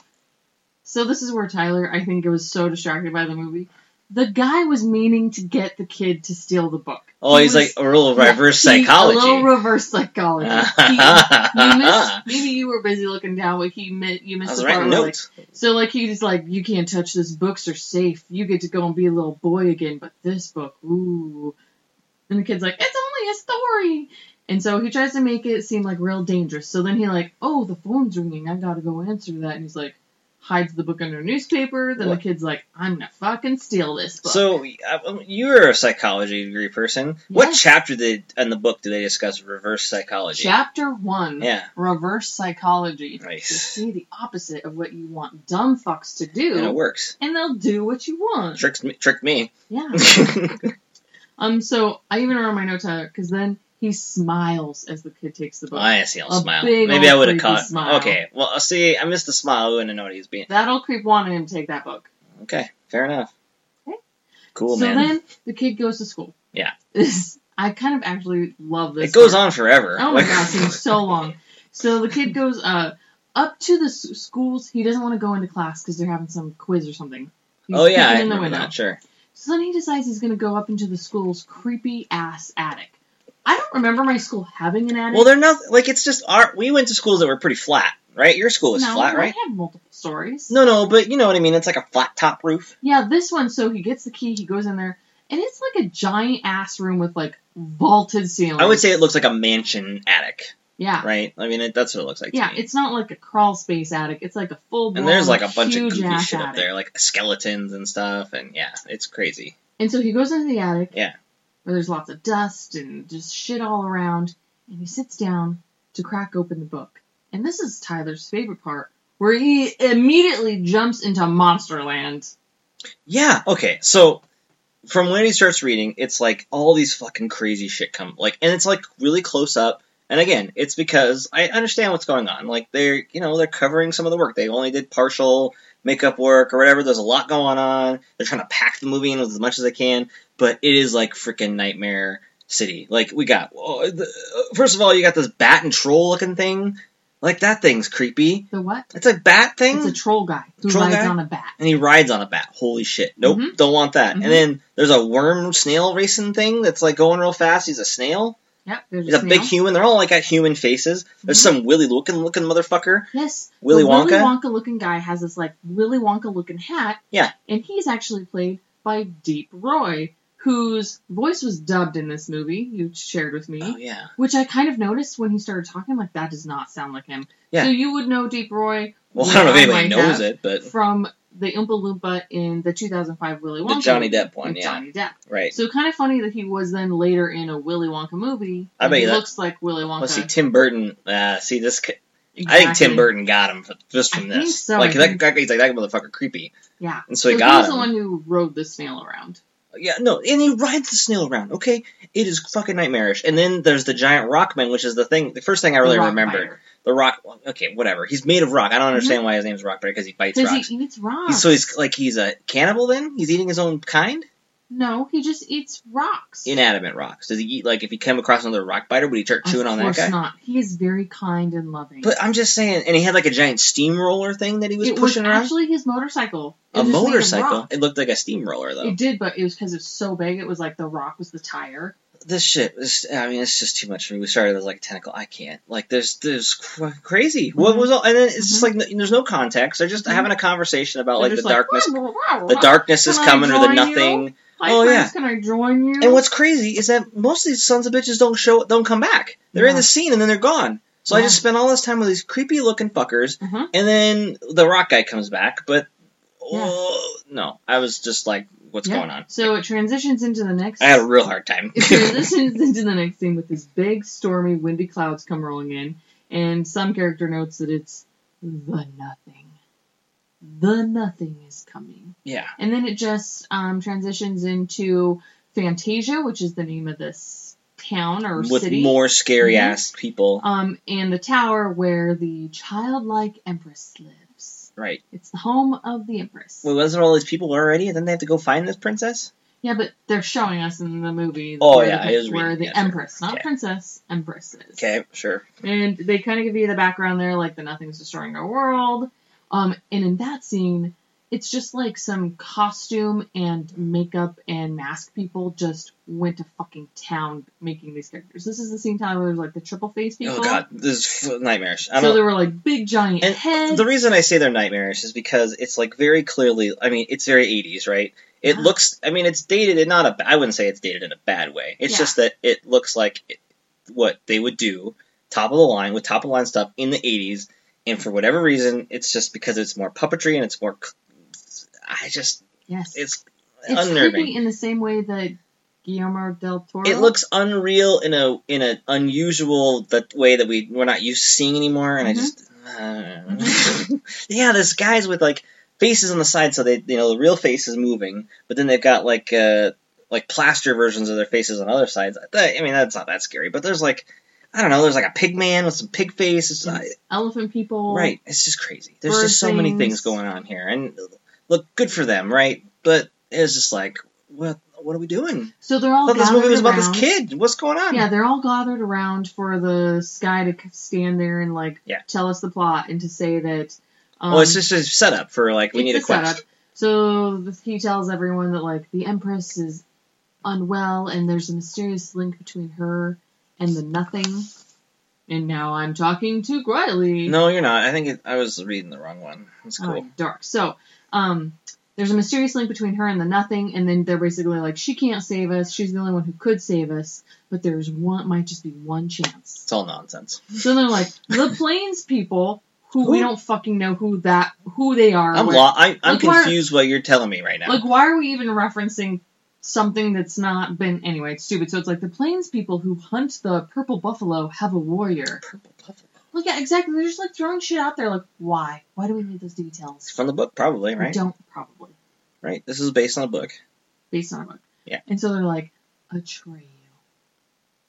S1: So this is where Tyler, I think, was so distracted by the movie the guy was meaning to get the kid to steal the book.
S2: Oh,
S1: He
S2: he's
S1: was-
S2: like a little
S1: Yeah,
S2: reverse
S1: he-
S2: psychology.
S1: A little reverse psychology. He- you missed, maybe you were busy looking down, but he mi- you
S2: I
S1: missed
S2: was
S1: the part.
S2: writing
S1: where,
S2: notes.
S1: Like, so like he's like, you can't touch this. Books are safe. You get to go and be a little boy again, but this book, ooh. And the kid's like, it's only a story. And so he tries to make it seem like real dangerous. So then he like, oh, the phone's ringing. I gotta go answer that. And he's like, hides the book under a newspaper. Then
S2: What?
S1: the kid's like, I'm gonna fucking steal this book.
S2: So uh, you're a psychology degree person. What
S1: Yes.
S2: chapter did in the book do they discuss reverse psychology?
S1: chapter one,
S2: Yeah,
S1: reverse psychology. You
S2: nice.
S1: see the opposite of what you want dumb fucks to do.
S2: And it works.
S1: and they'll do what you want.
S2: Tricked me. Tricked me.
S1: Yeah. Um. So I even wrote my notes on it because then he smiles as the kid takes the book.
S2: I see. I'll
S1: A
S2: smile.
S1: big
S2: Maybe
S1: old
S2: I would have
S1: creepy
S2: caught.
S1: smile.
S2: Okay. Well, I'll see, I missed the smile. I wouldn't have known he was being.
S1: That'll creep wanted him to take that book.
S2: Okay. Fair enough.
S1: Okay.
S2: Cool,
S1: so
S2: man.
S1: then the kid goes to school.
S2: Yeah.
S1: This I kind of actually love this.
S2: it goes
S1: part.
S2: on forever.
S1: Oh my gosh, it's so long. So the kid goes uh up to the s- schools. He doesn't want to go into class because they're having some quiz or something. He's
S2: oh yeah,
S1: peeking
S2: I
S1: in the
S2: remember
S1: window.
S2: that. Sure.
S1: So then he decides he's going to go up into the school's creepy ass attic. I don't remember my school having an attic.
S2: Well, they're not like it's just our. We went to schools that were pretty flat, right? Your school was
S1: no,
S2: flat, right?
S1: I had multiple stories.
S2: No, no, but you know what I mean. It's like a flat top roof.
S1: Yeah, this one. So he gets the key. He goes in there, and it's like a giant ass room with like vaulted ceilings.
S2: I would say it looks like a mansion attic,
S1: Yeah,
S2: right? I mean, it, that's what it looks like.
S1: yeah.
S2: to me.
S1: It's not like a crawl space attic. It's like a full.
S2: and there's like a bunch of
S1: huge
S2: goofy
S1: ass
S2: shit up
S1: attic.
S2: there, like skeletons and stuff, and yeah, it's crazy.
S1: And so he goes into the attic.
S2: Yeah.
S1: Where there's lots of dust and just shit all around, and he sits down to crack open the book. And this is Tyler's favorite part, where he immediately jumps into Monster Land.
S2: Yeah. Okay. So from when he starts reading, it's like all these fucking crazy shit come like, and it's like really close up. And again, it's because I understand what's going on. Like they're, you know, they're covering some of the work. They only did partial makeup work or whatever. There's a lot going on. They're trying to pack the movie in as much as they can, but it is like freaking nightmare city. Like we got, oh, the, first of all, you got this bat and troll looking thing. Like that thing's creepy.
S1: The what?
S2: It's a bat thing
S1: It's a troll guy who
S2: Mm. Troll
S1: rides
S2: guy?
S1: on a bat.
S2: and he rides on a bat. Holy shit. Nope,
S1: Mhm.
S2: don't want that.
S1: Mhm.
S2: And then there's a worm snail racing thing that's like going real fast. He's a snail.
S1: Yep. There's
S2: He's a
S1: snail.
S2: big human. They're all like got human faces. There's some willy looking looking motherfucker.
S1: Yes.
S2: Willy
S1: the Willy
S2: Wonka?
S1: Wonka looking guy has this like Willy Wonka looking hat.
S2: Yeah.
S1: And he's actually played by Deep Roy, whose voice was dubbed in this movie you shared with me,
S2: Oh yeah.
S1: which I kind of noticed when he started talking. Like that does not sound like him.
S2: Yeah.
S1: So you would know Deep Roy
S2: Well, I don't know if
S1: Yeah,
S2: anybody
S1: like
S2: knows
S1: that.
S2: it, but
S1: from the Oompa Loompa in the 2005 Willy Wonka.
S2: the Johnny
S1: movie
S2: Depp one,
S1: with
S2: yeah,
S1: Johnny Depp.
S2: right.
S1: So kind of funny that he was then later in a Willy Wonka movie.
S2: I
S1: and
S2: bet
S1: he
S2: you that-
S1: looks like Willy Wonka.
S2: Let's see, Tim Burton. Uh, see this. c I
S1: exactly.
S2: think Tim Burton got him for, just
S1: I
S2: from
S1: think
S2: this.
S1: so,
S2: Like
S1: I
S2: that,
S1: think-
S2: that, he's like that motherfucker creepy,
S1: Yeah.
S2: and so he
S1: So
S2: got
S1: he's
S2: him.
S1: the one who rode the snail around.
S2: Yeah, no, and he rides the snail around. Okay, it is fucking nightmarish. And then there's the giant rockman, which is the thing. The first thing I really
S1: The rock
S2: remembered.
S1: biter.
S2: The Rock. Okay, whatever. He's made of rock. I don't understand why his name's Rock because he bites
S1: Because
S2: rocks.
S1: he eats rocks.
S2: He's- so he's like he's a cannibal. Then he's eating his own kind,
S1: no, he just eats rocks.
S2: inanimate rocks. Does he eat like if he came across another rock biter, would he start
S1: of
S2: chewing on that
S1: course
S2: guy?
S1: not. He is very kind and loving.
S2: But I'm just saying, and he had like a giant steamroller thing that he was
S1: it was
S2: pushing around.
S1: actually his motorcycle. It
S2: A
S1: was made of
S2: motorcycle.
S1: rock.
S2: It looked like a steamroller though.
S1: It did, but it was because it's so big. It was like the rock was the tire.
S2: This shit. This, I mean, it's just too much for me. We started as like tentacle. I can't. Like there's there's cr- crazy. What
S1: Mhm.
S2: was all? And then it's just like n- there's no context. They're just
S1: Mhm.
S2: having a conversation
S1: Mm-hmm.
S2: about
S1: They're
S2: like the
S1: just
S2: darkness.
S1: "Wow, wow, wow,
S2: The darkness is
S1: Can I
S2: coming, or the
S1: join you?
S2: nothing.
S1: Hi,
S2: oh,
S1: friends,
S2: yeah.
S1: Can I join you?
S2: And what's crazy is that most of these sons of bitches don't show, don't come back. They're in
S1: Yeah.
S2: the scene and then they're gone. So I
S1: Yeah.
S2: just spent all this time with these creepy looking fuckers,
S1: Mhm.
S2: and then the rock guy comes back, but
S1: Yeah.
S2: oh, no, I was just like, what's
S1: Yeah.
S2: going on?
S1: So it transitions into the next.
S2: I had a real hard time.
S1: it transitions into the next scene with these big, stormy, windy clouds come rolling in, and some character notes that it's the nothing. The nothing is coming.
S2: yeah,
S1: And then it just um, transitions into Fantasia, which is the name of this town or
S2: with
S1: city. Mm-hmm.
S2: more scary ass people,
S1: Um, and the tower where the childlike Empress lives.
S2: right?
S1: It's the home of the Empress.
S2: Wait, wasn't all these people already? And then they have to go find this princess.
S1: yeah, but they're showing us in the movie
S2: Oh,
S1: where
S2: yeah,
S1: the,
S2: I was
S1: where
S2: reading,
S1: the
S2: yeah, sure.
S1: Empress, not
S2: Okay.
S1: princess, Empress is.
S2: Okay, sure.
S1: And they kind of give you the background there, like the nothing's destroying our world. Um, and in that scene, it's just like some costume and makeup and mask people just went to fucking town making these characters. This is the same time where there's like the triple face people.
S2: Oh god, this is f- nightmarish. I
S1: So
S2: don't.
S1: there were like big giant
S2: And
S1: heads.
S2: the reason I say they're nightmarish is because it's like very clearly. I mean, it's very 80s, right? It
S1: Yeah.
S2: looks. I mean, it's dated in not a. ba- I wouldn't say it's dated in a bad way. It's
S1: Yeah.
S2: just that it looks like it, what they would do, top of the line with top of the line stuff in the 80s, and for whatever reason, it's just because it's more puppetry and it's more. c- I just
S1: yes.
S2: it's,
S1: It's
S2: unnerving.
S1: creepy in the same way that Guillermo del Toro.
S2: It looks unreal in a in an unusual that way that we we're not used to seeing anymore, and
S1: Mhm.
S2: I just uh, yeah, there's guys with like faces on the side, so they you know the real face is moving, but then they've got like uh like plaster versions of their faces on other sides. I, thought- I mean that's not that scary, but there's like I don't know, there's like a pig man with some pig face. It's,
S1: Yes. elephant people.
S2: Right, it's just crazy. There's
S1: Bird
S2: just so many things
S1: things.
S2: going on here, and look good for them, right? But it's just like what what are we doing?
S1: So they're all.
S2: I thought this
S1: gathered
S2: movie was about
S1: around.
S2: this kid. What's going on?
S1: Yeah, they're all gathered around for the sky to c- stand there and like
S2: Yeah.
S1: tell us the plot and to say that. Um,
S2: well, Oh, it's just a setup for like we
S1: it's
S2: need a
S1: the setup.
S2: quest.
S1: So th- he tells everyone that like the Empress is unwell and there's a mysterious link between her and the Nothing. And now I'm talking too quietly.
S2: No, you're not. I think it, I was reading the wrong one. That's
S1: Oh,
S2: cool.
S1: dark. So, um, there's a mysterious link between her and the nothing, and then they're basically like, she can't save us. She's the only one who could save us, but there's one, might just be one chance.
S2: It's all nonsense.
S1: So they're like, the plains people, who, we
S2: Who?
S1: don't fucking know who that, who they are.
S2: I'm
S1: Uh, where-
S2: lo- I, I'm
S1: Like, why-
S2: confused what you're telling me right now.
S1: like, why are we even referencing something that's not been, anyway, it's stupid. So it's like, the plains people who hunt the purple buffalo have a warrior.
S2: Purple Buffalo.
S1: Well, yeah, exactly. They're just like throwing shit out there. Like, why? Why do we need those
S2: It's
S1: details?
S2: from the book, probably,
S1: We
S2: right?
S1: don't probably.
S2: Right. This is based on a book.
S1: based on a book.
S2: Yeah.
S1: And so they're like, Atreyu.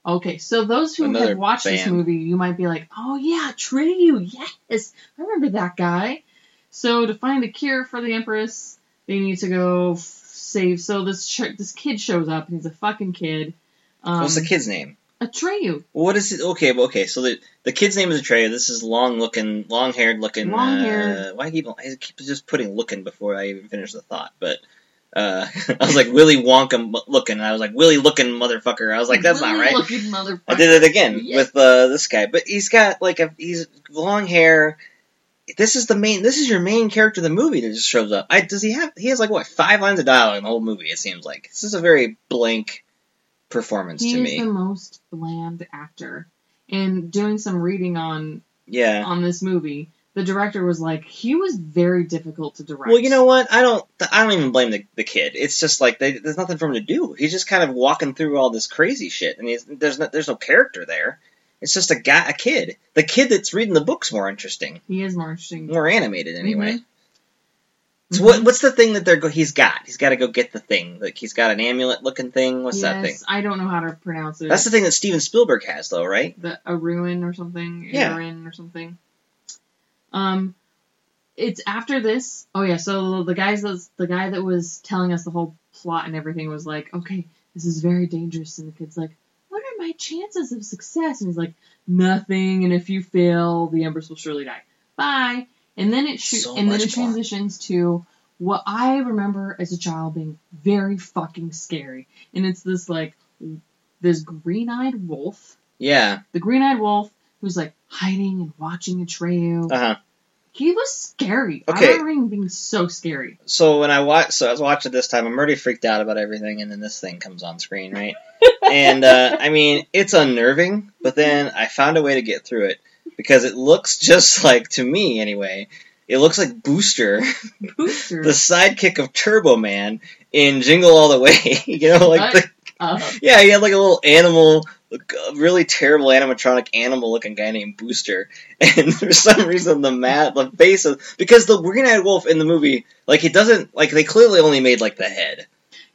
S1: Okay, so those who
S2: Another
S1: have watched this
S2: band.
S1: movie, you might be like, oh yeah, Atreyu, yes, I remember that guy. So to find a cure for the Empress, they need to go f- save. So this ch- this kid shows up, and he's a fucking kid. Um,
S2: What's the kid's name?
S1: Atreyu,
S2: What is it? Okay, well, okay. So the the kid's name is Atreya. This is long looking, long haired looking. Uh,
S1: Long-haired.
S2: why keep I keep just putting looking before I even finish the thought? But uh, I was like Willy Wonka m- looking. And I was like Willy looking motherfucker. I was like that's not right.
S1: Looking motherfucker.
S2: I did it again
S1: Yeah.
S2: with uh, this guy, but he's got like a he's long hair. This is the main. This is your main character of the movie that just shows up. I does he have? He has like what five lines of dialogue in the whole movie. It seems like this is a very blank performance
S1: He
S2: to
S1: is
S2: me.
S1: the most bland actor. And doing some reading on
S2: yeah.
S1: on this movie, the director was like, he was very difficult to direct.
S2: Well, you know what? I don't. I don't even blame the, the kid. It's just like they, there's nothing for him to do. He's just kind of walking through all this crazy shit, and he's, there's no, there's no character there. It's just a guy, a kid. The kid that's reading the book's more interesting,
S1: he is more interesting. Mm-hmm.
S2: more animated anyway.
S1: Mhm.
S2: So what, what's the thing that they're go- he's got? He's got to go get the thing. Like he's got an amulet looking thing. What's that thing?
S1: Yes, I don't know how to pronounce it.
S2: That's the thing that Steven Spielberg has though, right?
S1: the a ruin or something,
S2: Yeah.
S1: yeah. or something. Um, it's after this. Oh yeah, so the guys that the guy that was telling us the whole plot and everything was like, okay, this is very dangerous, and the kid's like, what are my chances of success? And he's like, nothing, and if you fail, the Empress will surely die. Bye. And then it shoots,
S2: So
S1: and then
S2: much
S1: it
S2: more.
S1: transitions to what I remember as a child being very fucking scary, and it's this like this green-eyed wolf
S2: Yeah.
S1: the green eyed wolf who's like hiding and watching Atreyu.
S2: Uh huh.
S1: He was scary.
S2: Okay.
S1: I remember him being so scary.
S2: So when I watch, so I was watching this time. I'm already freaked out about everything, and then this thing comes on screen, right? and uh, I mean, it's unnerving. But then I found a way to get through it because it looks just like to me anyway. It looks like Booster,
S1: Booster.
S2: the sidekick of Turbo Man in Jingle All the Way. you know, like the,
S1: Uh,
S2: Yeah, he had like a little animal, a really terrible animatronic animal looking guy named Booster. And for some reason, the mat, the face of because the green eyed wolf in the movie, like it doesn't, like they clearly only made like the head.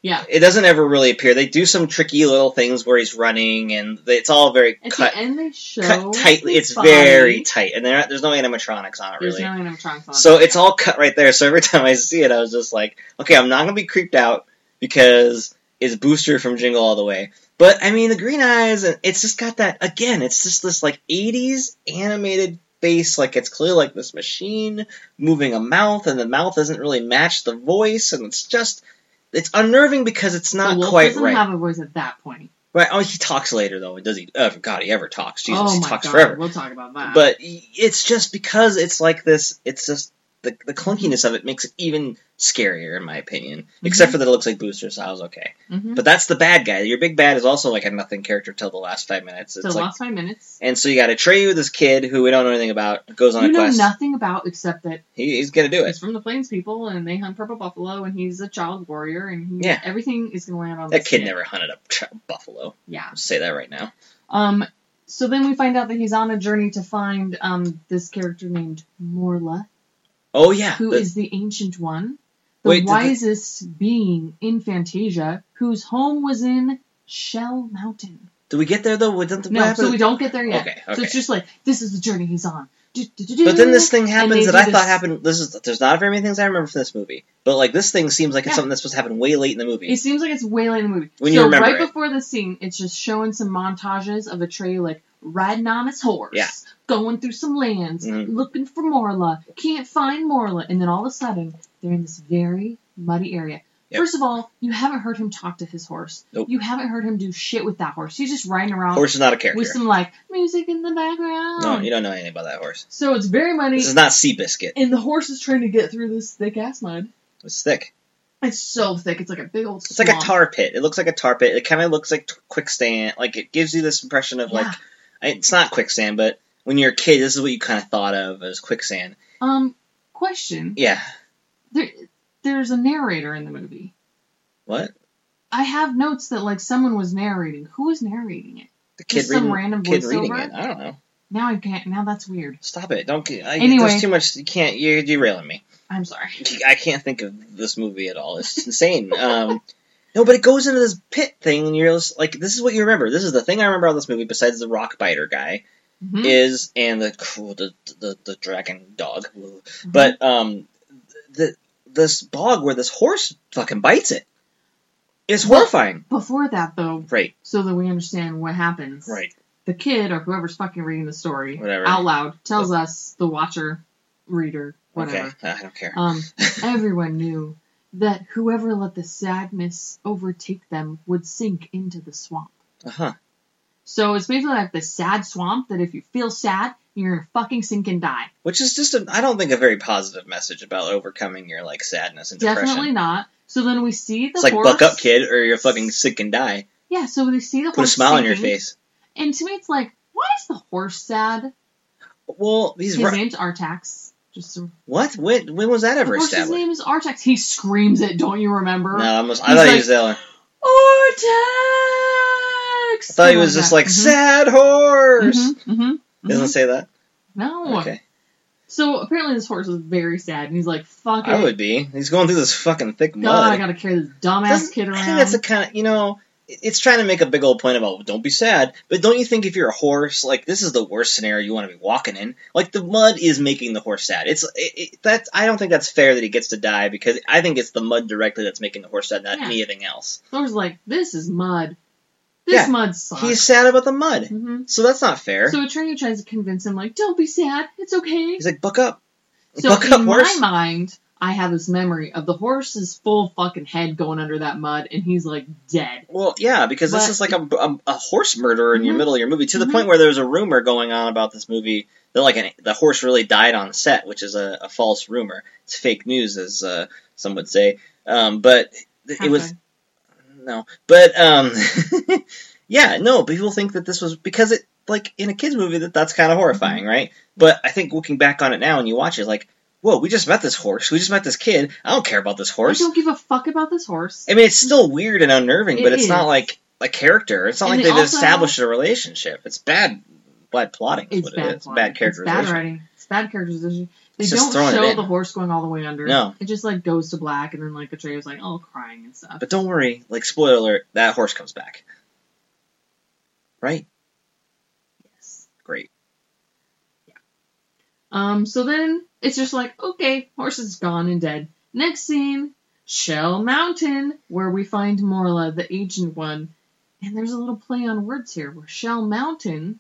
S1: Yeah.
S2: it doesn't ever really appear. They do some tricky little things where he's running, and they, it's all very
S1: at
S2: cut,
S1: the end, they show
S2: cut tightly.
S1: his
S2: It's
S1: body.
S2: very tight, and there, there's no animatronics on it
S1: There's
S2: really.
S1: no animatronics on
S2: So
S1: it.
S2: it's all cut right there. So every time I see it, I was just like, okay, I'm not gonna be creeped out because it's Booster from Jingle All the Way. uh, But I mean, the green eyes, and it's just got that again. It's just this like '80s animated face like it's clearly like this machine moving a mouth and the mouth doesn't really match the voice and it's just it's unnerving because it's not
S1: The wolf
S2: quite
S1: doesn't
S2: right.
S1: have a voice at that point.
S2: Right. Oh, he talks later though. And does he? Oh, God, he ever talks. Jesus,
S1: oh
S2: he
S1: my
S2: talks
S1: god,
S2: forever.
S1: we'll talk about that.
S2: But it's just because it's like this. It's just the the clunkiness of it makes it even scarier, in my opinion.
S1: Mm-hmm.
S2: Except for that it looks like Booster, so I was okay.
S1: Mhm.
S2: But that's the bad guy. Your big bad is also like a nothing character till the last five minutes. It's
S1: so
S2: like,
S1: last five minutes.
S2: and so you got to trade with this kid who we don't know anything about. Goes on
S1: You
S2: a
S1: know
S2: quest.
S1: nothing about except that
S2: He, he's gonna do it.
S1: he's from the plains people and they hunt purple buffalo and he's a child warrior and he,
S2: Yeah.
S1: everything is going to land on
S2: That
S1: this
S2: kid never hunted a ch- buffalo.
S1: Yeah.
S2: I'll say that right now.
S1: Um. So then we find out that he's on a journey to find um this character named Morla,
S2: Oh yeah.
S1: who is
S2: the-
S1: the ancient one, the
S2: Wait, did the-
S1: wisest being in Fantasia, whose home was in Shell Mountain.
S2: did we get there though? What, didn't- what
S1: No,
S2: happened?
S1: so we don't get there yet.
S2: Okay.
S1: So
S2: Okay.
S1: it's just like this is the journey he's on.
S2: But
S1: But
S2: then this thing happens
S1: they
S2: that I
S1: do
S2: thought
S1: this-
S2: happened. This is there's not very many things I remember from this movie, but like this thing seems like it's
S1: Yeah.
S2: something that's supposed to happen way late in the movie.
S1: It seems like it's way late in the movie.
S2: When
S1: so
S2: you remember
S1: right
S2: it.
S1: before the scene, it's just showing some montages of a tray like riding on his horse,
S2: Yeah.
S1: going through some lands,
S2: Mhm.
S1: looking for Morla, can't find Morla, and then all of a sudden they're in this very muddy area.
S2: Yep.
S1: First of all, you haven't heard him talk to his horse.
S2: Nope.
S1: You haven't heard him do shit with that horse. He's just riding around
S2: horse is not a
S1: with
S2: character.
S1: some like music in the background.
S2: No, you don't know anything about that horse.
S1: So it's very muddy,
S2: This is not Seabiscuit.
S1: and the horse is trying to get through this thick ass mud.
S2: It's thick.
S1: It's so thick. It's like a big old.
S2: It's like a tar pit. It looks like a tar pit. It kind of looks like t- quicksand. Like it gives you this impression of like it's not quicksand, but when you're a kid, this is what you kind of thought of as quicksand.
S1: Um, question.
S2: Yeah.
S1: There, there's a narrator in the movie.
S2: What?
S1: I have notes that like someone was narrating. Who was narrating it?
S2: The kid
S1: Just some
S2: reading.
S1: random
S2: kid reading
S1: voiceover?
S2: it. I don't know.
S1: Now I can't. Now that's weird.
S2: Stop it. Don't. get- I,
S1: Anyway.
S2: There's too much. You can't. You're derailing me.
S1: I'm sorry.
S2: I can't think of this movie at all. It's insane. Um, no, but it goes into this pit thing, and you're just, like, this is what you remember. This is the thing I remember about this movie, besides the rock biter guy,
S1: Mhm.
S2: is and the the the, the dragon dog.
S1: Mm-hmm.
S2: But um, the this bog where this horse fucking bites it. It's horrifying.
S1: Before that, though,
S2: Right.
S1: so that we understand what happens,
S2: Right.
S1: the kid or whoever's fucking reading the story
S2: Whatever.
S1: out loud tells us, the watcher, reader, whatever.
S2: Okay. I don't care.
S1: Um, everyone knew that whoever let the sadness overtake them would sink into the swamp.
S2: Uh huh.
S1: So it's basically like the sad swamp that if you feel sad, you're gonna fucking sink and die.
S2: Which is just a, I don't think a very positive message about overcoming your like sadness and depression.
S1: Definitely not. So then we see the
S2: it's like
S1: horse.
S2: buck up, kid, or you're fucking sick and die.
S1: Yeah, so we see the
S2: Put a
S1: horse.
S2: smile on your
S1: sinking,
S2: face.
S1: And to me, it's like, why is the horse sad?
S2: Well, he's
S1: His
S2: right.
S1: name's Artax. Just a,
S2: What? When, when was that
S1: the
S2: ever
S1: horse's
S2: established?
S1: name is Artax. He screams it. Don't you remember?
S2: No, I almost. I
S1: He's
S2: thought he
S1: like-
S2: was Zeller.
S1: Artax.
S2: I thought he was just like sad horse.
S1: hmm
S2: Doesn't say that.
S1: No.
S2: Okay,
S1: So apparently, this horse is very sad, and he's like, "Fuck it,
S2: I would be. He's going through this fucking thick
S1: God, I
S2: mud.
S1: gotta carry this dumbass
S2: Doesn't-
S1: kid around."
S2: I think that's the kind of you know. it- It's trying to make a big old point about well, don't be sad, but don't you think if you're a horse, like this is the worst scenario you want to be walking in? Like the mud is making the horse sad. It's it, it, that's I don't think that's fair that he gets to die because I think it's the mud directly that's making the horse sad, not
S1: Yeah.
S2: anything else.
S1: So I was like, this is mud. This
S2: Yeah.
S1: mud sucks.
S2: He's sad about the mud,
S1: Mhm.
S2: so that's not fair.
S1: So attorney tries to convince him, like, don't be sad. It's okay.
S2: He's like, buck up.
S1: So
S2: buck
S1: in
S2: up, horse.
S1: my mind, I have this memory of the horse's full fucking head going under that mud, and he's like dead.
S2: Well, yeah, because this
S1: But-
S2: is like a, a, a horse murderer in your
S1: Mhm.
S2: middle of your movie, to the
S1: Mhm.
S2: point where there's a rumor going on about this movie that like an, the horse really died on set, which is a, a false rumor. It's fake news, as uh, some would say. Um, but th- it was
S1: Okay.
S2: no, but um, yeah, no. People think that this was because it like in a kids movie that that's kind of horrifying,
S1: Mm-hmm.
S2: right? But I think looking back on it now and you watch it, like, whoa, we just met this horse. We just met this kid. I don't care about this horse.
S1: I don't give a fuck about this horse.
S2: I mean, it's still weird and unnerving,
S1: It
S2: but it's not
S1: is.
S2: like a character. It's not
S1: And
S2: like
S1: they
S2: they've
S1: also-
S2: established a relationship. It's bad, bad plotting. Is
S1: It's
S2: what
S1: bad.
S2: it is.
S1: plotting.
S2: bad characterization.
S1: It's bad writing. It's bad characterization. They
S2: It's just
S1: don't
S2: throwing it
S1: show
S2: in.
S1: the horse going all the way under.
S2: No.
S1: It just like goes to black, and then like Atreus like all crying and stuff.
S2: But don't worry. Like spoiler alert, that horse comes back. Right.
S1: Yes.
S2: Great.
S1: Um. So then it's just like okay, horse is gone and dead. Next scene, Shell Mountain, where we find Morla, the ancient one. And there's a little play on words here where Shell Mountain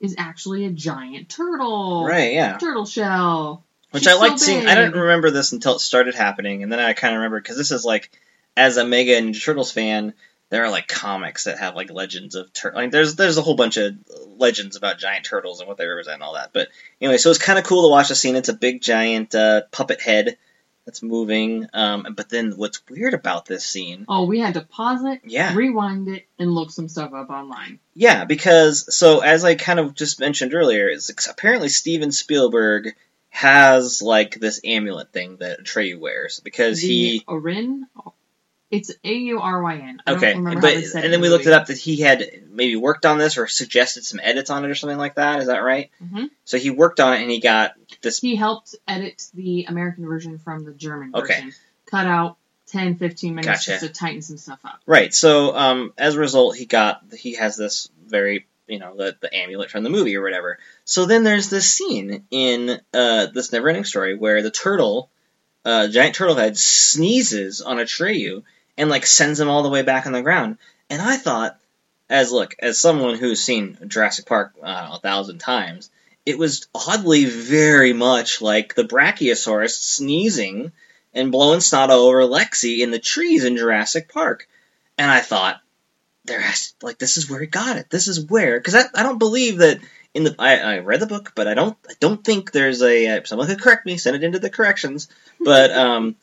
S1: is actually a giant turtle.
S2: Right, yeah.
S1: Turtle shell.
S2: Which
S1: She's
S2: I liked
S1: so
S2: seeing. I didn't
S1: big.
S2: remember this until it started happening, and then I kind of remember because this is like, as a Mega Ninja Turtles fan, there are like comics that have like legends of turtles. Like there's there's a whole bunch of legends about giant turtles and what they represent and all that. But anyway, so it's kind of cool to watch the scene. It's a big giant uh, puppet head that's moving. Um, but then what's weird about this scene?
S1: Oh, we had to pause it,
S2: Yeah,
S1: rewind it, and look some stuff up online.
S2: Yeah, because so as I kind of just mentioned earlier, is apparently Steven Spielberg has like this amulet thing that Atreyu wears because he
S1: The Orin? It's A U R Y N. I don't
S2: okay,
S1: remember how
S2: but
S1: it's said
S2: and
S1: in
S2: then we
S1: the
S2: looked it
S1: movie.
S2: up that he had maybe worked on this or suggested some edits on it or something like that. Is that right?
S1: Mhm.
S2: So he worked on it and he got this.
S1: He helped edit the American version from the German
S2: Okay.
S1: version. Cut out 10, 15 minutes
S2: Gotcha.
S1: just to tighten some stuff up.
S2: Right. So um, as a result, he got he has this very you know the, the amulet from the movie or whatever. So then there's this scene in uh, this never-ending story where the turtle, uh, giant turtle head, sneezes on Atreyu and like sends him all the way back on the ground. And I thought, as look as someone who's seen Jurassic Park I don't know, a thousand times, it was oddly very much like the Brachiosaurus sneezing and blowing snot all over Lexi in the trees in Jurassic Park. And I thought, there has like this is where he got it. This is where because I, I don't believe that in the I, I read the book, but I don't I don't think there's a uh, someone could correct me. Send it into the corrections, but um,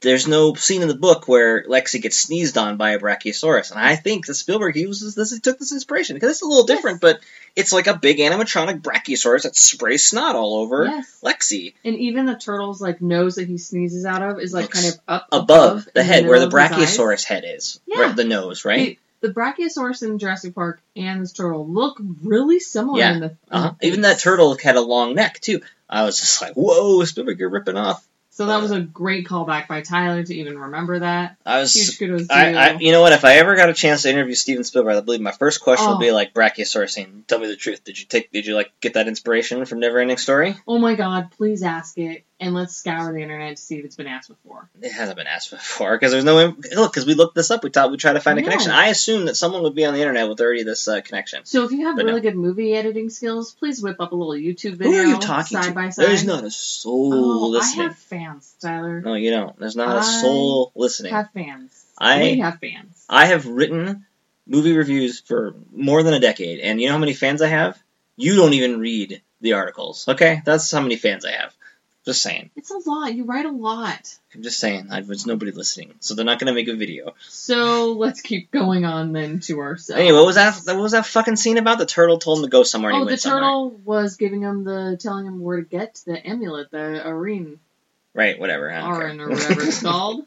S2: there's no scene in the book where Lexi gets sneezed on by a brachiosaurus, and I think that Spielberg uses this. He took this inspiration because it's a little different, but it's like a big animatronic brachiosaurus that sprays snot all over
S1: Yes.
S2: Lexi.
S1: And even the turtle's like nose that he sneezes out of is like
S2: Looks
S1: kind of up
S2: Above the
S1: in
S2: head, where the
S1: middle of his eyes.
S2: brachiosaurus head is,
S1: Yeah.
S2: right, the nose, right?
S1: The, the Brachiosaurus in Jurassic Park and this turtle look really similar
S2: Yeah.
S1: in the in
S2: Uh-huh.
S1: the
S2: Even that
S1: face.
S2: turtle had a long neck too. I was just like, "Whoa, Spielberg, you're ripping off."
S1: So that was a great callback by Tyler to even remember that.
S2: I was,
S1: Huge kudos to
S2: I,
S1: you.
S2: I, you know what? If I ever got a chance to interview Steven Spielberg, I believe my first question
S1: Oh.
S2: would be like, "Brachiosaurus, scene, tell me the truth. Did you take? Did you like get that inspiration from Neverending Story?"
S1: oh my god, please ask it and let's scour the internet to see if it's been asked before.
S2: It hasn't been asked before because there's no in- look because we looked this up. We thought we tried to find a
S1: No.
S2: connection. I assumed that someone would be on the internet with already this uh, connection.
S1: So if you have
S2: But no.
S1: really good movie editing skills, please whip up a little YouTube
S2: Who
S1: video
S2: are you talking
S1: side
S2: to?
S1: by side.
S2: There's not a soul
S1: oh,
S2: listening.
S1: I have fans, Tyler.
S2: No, you don't. There's not a
S1: I
S2: soul listening.
S1: Have fans.
S2: I-
S1: we have fans.
S2: I have written movie reviews for more than a decade, and you know how many fans I have? You don't even read the articles, okay? That's how many fans I have. Just saying.
S1: It's a lot. You write a lot.
S2: I'm just saying. I, there's nobody listening, so they're not gonna make a video.
S1: So let's keep going on then to ourselves.
S2: Anyway, what was that? What was that fucking scene about? The turtle told him to go somewhere. And
S1: Oh,
S2: he
S1: the
S2: went somewhere.
S1: turtle was giving him the telling him where to get the amulet, the Arin,
S2: Right. Whatever. I don't
S1: Arin
S2: care.
S1: or whatever it's called.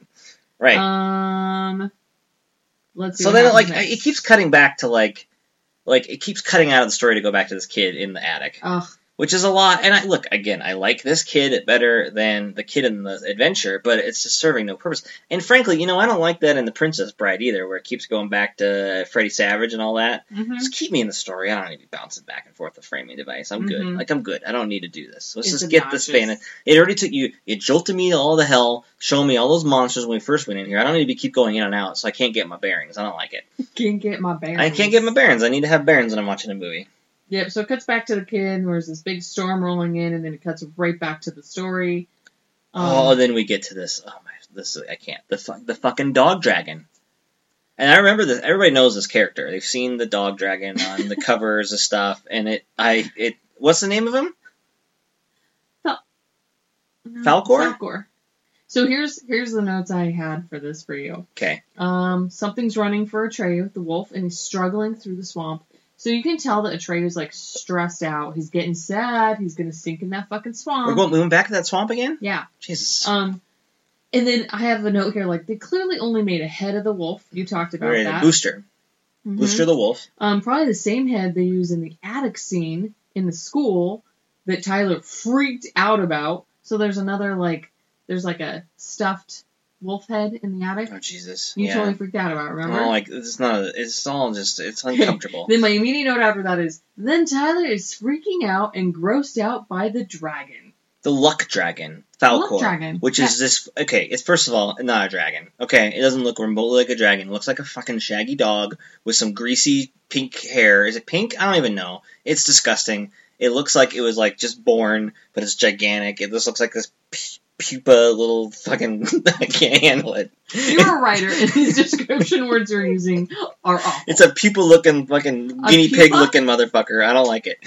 S2: right.
S1: Um, let's. See
S2: so
S1: what
S2: then, it, like,
S1: happens next.
S2: it keeps cutting back to like, like it keeps cutting out of the story to go back to this kid in the attic.
S1: Ugh,
S2: which is a lot. And I look again, I like this kid better than the kid in the adventure, but it's just serving no purpose. And frankly, you know, I don't like that in the Princess Bride either, where it keeps going back to Freddy Savage and all that.
S1: mhm.
S2: Just keep me in the story. I don't need to be bouncing back and forth the framing device. I'm good.
S1: Mhm.
S2: Like I'm good. I don't need to do this. Let's
S1: It's
S2: just get this
S1: obnoxious.
S2: fan. It already took you. It jolted me all the hell, showing me all those monsters when we first went in here. I don't need to be keep going in and out, so I can't get my bearings. I don't like it.
S1: Can't get my bearings.
S2: I can't get my bearings. I need to have bearings when I'm watching a movie.
S1: Yep. So it cuts back to the kid. and There's this big storm rolling in, and then it cuts right back to the story. Um,
S2: Oh, then we get to this. Oh my, this is- I can't. The fu- the fucking dog dragon. And I remember this. Everybody knows this character. They've seen the dog dragon on the covers and stuff. And it, I, it. What's the name of him? Falcor?
S1: uh, Falcor. So here's here's the notes I had for this for you.
S2: Okay.
S1: Um, something's running for Atreyu, the wolf, and he's struggling through the swamp. So you can tell that Atreyu's like stressed out. He's getting sad. He's gonna sink in that fucking swamp.
S2: We're going moving back to that swamp again.
S1: yeah.
S2: Jesus.
S1: Um, and then I have a note here like they clearly only made a head of the wolf. You talked about
S2: Right,
S1: that.
S2: Booster.
S1: Mhm.
S2: Booster the wolf.
S1: Um, probably the same head they use in the attic scene in the school that Tyler freaked out about. So there's another like there's like a stuffed wolf head in the attic.
S2: Oh Jesus.
S1: You
S2: yeah.
S1: totally freaked out about,
S2: I
S1: remember?
S2: don't like it's not. It's all just. It's uncomfortable.
S1: Then my immediate note after that is, then Tyler is freaking out and grossed out by the dragon.
S2: the Luck Dragon, Falcor,
S1: Luck Dragon,
S2: which is this. Okay, it's first of all not a dragon. Okay, it doesn't look remotely like a dragon. It looks like a fucking shaggy dog with some greasy pink hair. Is it pink? I don't even know. It's disgusting. It looks like it was like just born, but it's gigantic. It just looks like this pu- pupa little fucking. I can't handle it.
S1: You're a writer, and these description words you're using are awful.
S2: It's a pupa looking fucking
S1: A
S2: guinea pig
S1: pupa?
S2: looking motherfucker. I don't like it.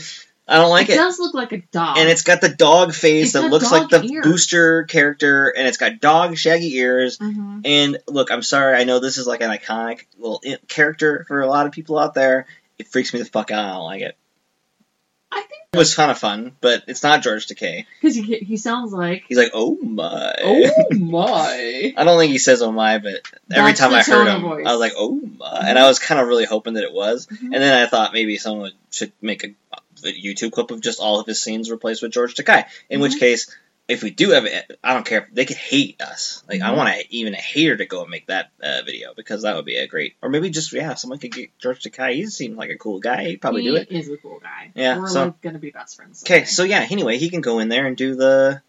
S2: I don't like
S1: it
S2: it.
S1: does look like a dog.
S2: And it's got the dog face
S1: It's
S2: that
S1: got
S2: looks like
S1: dog
S2: the
S1: ears.
S2: booster character, and it's got dog shaggy ears.
S1: Mhm.
S2: And look, I'm sorry, I know this is like an iconic little i- character for a lot of people out there. It freaks me the fuck out. I don't like it.
S1: I think
S2: It was kind of fun, but it's not George Takei.
S1: because he, he sounds like
S2: He's like, oh my.
S1: oh my.
S2: I don't think he says oh my, but every
S1: That's
S2: time
S1: the
S2: I heard
S1: tone of
S2: him,
S1: voice.
S2: I was like, oh my. And I was kind of really hoping that it was.
S1: Mhm.
S2: And then I thought maybe someone would- should make a, a YouTube clip of just all of his scenes replaced with George Takei. In which
S1: Mhm.
S2: case, if we do have it, I don't care. They could hate us. Like I
S1: Mhm.
S2: want to even a hater to go and make that uh, video because that would be a great. Or maybe just yeah, someone could get George Takei. He seemed like a cool guy. He'd probably
S1: he
S2: do it.
S1: is a cool guy.
S2: Yeah,
S1: we're
S2: so-
S1: like gonna be best friends.
S2: Okay,
S1: someday.
S2: so yeah. Anyway, he can go in there and do the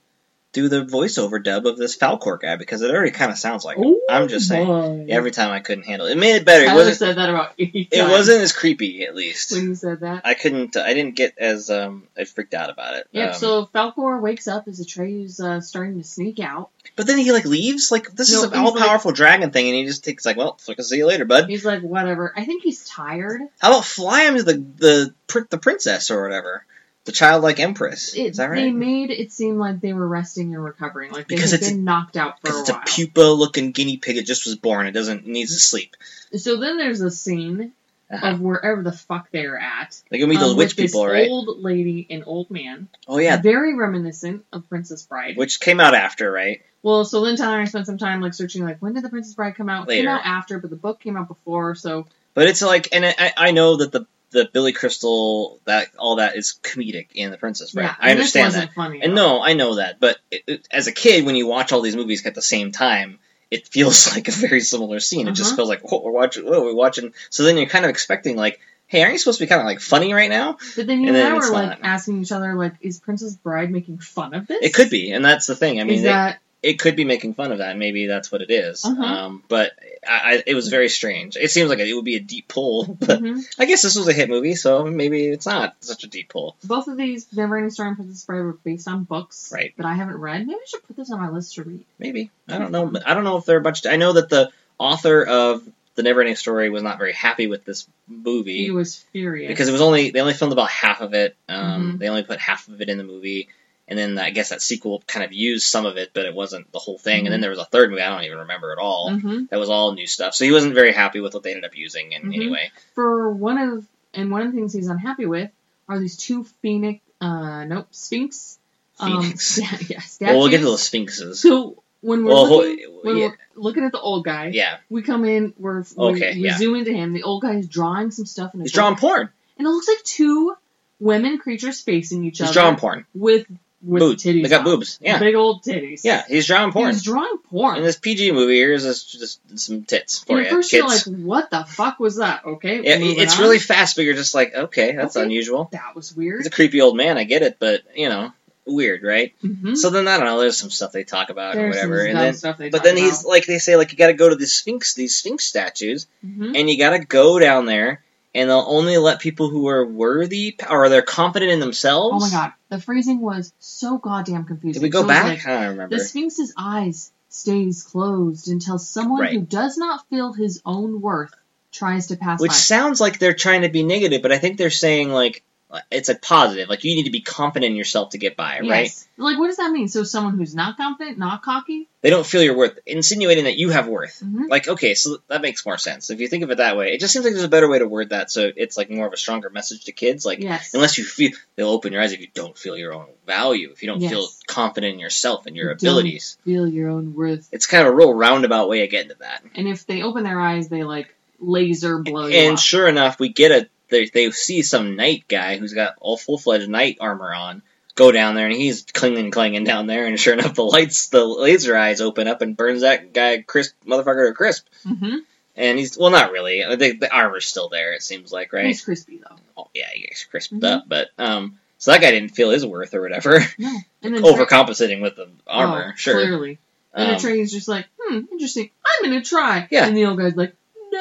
S2: do the voiceover dub of this Falcor guy because it already kind of sounds like him.
S1: Oh
S2: I'm just saying.
S1: my.
S2: Every time I couldn't handle it. It made it better. It
S1: Tyler
S2: wasn't.
S1: said that about eighty
S2: It
S1: times
S2: wasn't as creepy, at least.
S1: when you said that.
S2: I couldn't. uh, I didn't get as um. I freaked out about it.
S1: Yep.
S2: Um,
S1: so Falcor wakes up as Atreus uh, starting to sneak out.
S2: but then he like leaves. Like this
S1: No,
S2: is an
S1: he's like-
S2: all powerful dragon thing, and he just takes like, well, fucking see you later, bud.
S1: He's like, whatever. I think he's tired.
S2: How about fly him to the the pr- the princess or whatever, the childlike empress?
S1: It,
S2: Is that
S1: They
S2: right?
S1: made it seem like they were resting and recovering, like they
S2: Because
S1: had
S2: it's a-
S1: been knocked out for a
S2: Because
S1: while.
S2: it's a pupa looking guinea pig. It just was born. It doesn't it needs to sleep.
S1: so then there's a scene
S2: Uh-huh.
S1: of wherever the fuck they're at.
S2: They gonna meet
S1: um,
S2: those witch
S1: with
S2: people,
S1: this
S2: right?
S1: Old lady and old man.
S2: Oh yeah,
S1: Very reminiscent of Princess Bride.
S2: which came out after, right?
S1: Well, so Lynn Tyler and I spent some time like searching, like when did the Princess Bride come out? It
S2: Later.
S1: Came out after, but the book came out before. So
S2: But it's like, and I, I know that the the Billy Crystal that all that is comedic in the princess, right?
S1: yeah,
S2: I
S1: and
S2: understand
S1: this
S2: that.
S1: wasn't funny.
S2: And
S1: at all.
S2: no, I know that, but it, it- as a kid, when you watch all these movies at the same time, it feels like a very similar scene. It just
S1: Uh-huh.
S2: feels like, whoa, we're watching, whoa, we're watching. So then you're kind of expecting, like, hey, aren't you supposed to be kind of like funny right now?
S1: but then you and,
S2: and then
S1: I
S2: it's
S1: were like
S2: not.
S1: asking each other, like, is Princess Bride making fun of this?
S2: It could be, and that's the thing. I mean,
S1: is
S2: they-
S1: that
S2: it could be making fun of that. and Maybe that's what it is.
S1: Uh-huh.
S2: Um, but I, I, it was very strange. It seems like it would be a deep pull, but
S1: mhm.
S2: I guess this was a hit movie, so maybe it's not such a deep pull.
S1: both of these Neverending Story and Princess Bride were based on books
S2: Right.
S1: that I haven't read? Maybe I should put this on my list to read.
S2: Maybe I don't know. I don't know if there are a bunch. I know that the author of the Neverending Story was not very happy with this movie.
S1: He was furious
S2: because it was only they only filmed about half of it. Um,
S1: Mhm.
S2: They only put half of it in the movie, and then I guess that sequel kind of used some of it, but it wasn't the whole thing.
S1: Mm-hmm.
S2: And then there was a third movie I don't even remember at all.
S1: Mhm.
S2: That was all new stuff. So he wasn't very happy with what they ended up using. And
S1: Mhm.
S2: anyway,
S1: for one of and one of the things he's unhappy with are these two phoenix, uh, nope, sphinx.
S2: Phoenix.
S1: Um, yeah, yeah,
S2: well, we'll get to
S1: statues.
S2: those sphinxes.
S1: So when we're
S2: Well, ho-
S1: looking, when
S2: yeah.
S1: we're looking at the old guy,
S2: Yeah,
S1: we come in, we're we,
S2: Okay,
S1: we
S2: yeah.
S1: zoom into him. The old guy is drawing some stuff, in a
S2: he's
S1: book,
S2: drawing porn.
S1: and it looks like two women creatures facing each
S2: He's
S1: other.
S2: drawing porn.
S1: with with
S2: Boobs.
S1: titties.
S2: They got
S1: out.
S2: boobs. Yeah,
S1: big old titties.
S2: yeah. He's drawing porn.
S1: He's drawing porn.
S2: In this PG movie, here's just, just some tits for
S1: and
S2: you,
S1: at first
S2: kids.
S1: you're like, what the fuck was that? Okay,
S2: Yeah,
S1: moving
S2: it's
S1: on.
S2: really fast, but you're just like, okay, that's
S1: Okay.
S2: unusual.
S1: that was
S2: He's
S1: weird.
S2: a creepy old man. I get it, but you know, weird, right?
S1: hmm
S2: So then I don't know. There's some stuff they talk about or
S1: There's some
S2: whatever, and
S1: dumb
S2: then
S1: stuff they
S2: but
S1: talk
S2: then
S1: about.
S2: he's like they say like you got to go to the Sphinx, these Sphinx statues,
S1: Mhm.
S2: and you got to go down there, and they'll only let people who are worthy or they're confident in
S1: Oh
S2: themselves.
S1: my god, the phrasing was so goddamn confusing.
S2: Did we go
S1: So it was
S2: back?
S1: like,
S2: I don't remember.
S1: the Sphinx's eyes stays closed until someone
S2: Right.
S1: who does not feel his own worth tries to pass
S2: Which
S1: by.
S2: sounds like they're trying to be negative, but I think they're saying like it's a positive. Like you need to be confident in yourself to get by, right?
S1: Yes. Like, what does that mean? So someone who's not confident, not cocky.
S2: They don't feel your worth, insinuating that you have worth.
S1: Mhm.
S2: Like okay, so that makes more sense if you think of it that way. It just seems like there's a better way to word that, so it's like more of a stronger message to kids. Like
S1: Yes.
S2: unless you feel they'll open your eyes if you don't feel your own value if you don't
S1: Yes.
S2: feel confident in yourself and your
S1: You don't.
S2: abilities
S1: feel your own worth.
S2: it's kind of a real roundabout way of getting to that
S1: And if they open their eyes, they like laser blow you
S2: and
S1: up.
S2: sure enough we get a they, they see some knight guy who's got all full-fledged knight armor on go down there and he's clinging clinging down there and sure enough the lights the laser eyes open up and burns that guy crisp motherfucker to crisp
S1: hmm
S2: and he's well not really the, the armor's still there it seems like right
S1: He's crispy though.
S2: oh, yeah, he gets crisped
S1: Mhm.
S2: up. But um, So that guy didn't feel his worth or whatever.
S1: No. And then Trey-
S2: Overcompensating with the armor,
S1: Oh,
S2: sure.
S1: Clearly. And
S2: Um,
S1: the Atreides just like, hmm, interesting. I'm gonna try.
S2: Yeah.
S1: And the old guy's like,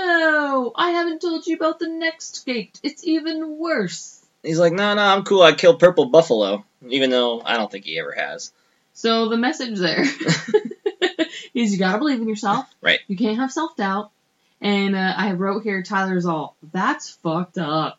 S1: no, I haven't told you about the next gate. It's even worse.
S2: he's like, no, no, I'm cool. I killed purple buffalo, even though I don't think he ever has.
S1: So the message there is you gotta believe in yourself.
S2: Right.
S1: You can't have self doubt. And uh, I wrote here, Tyler's all, that's fucked up.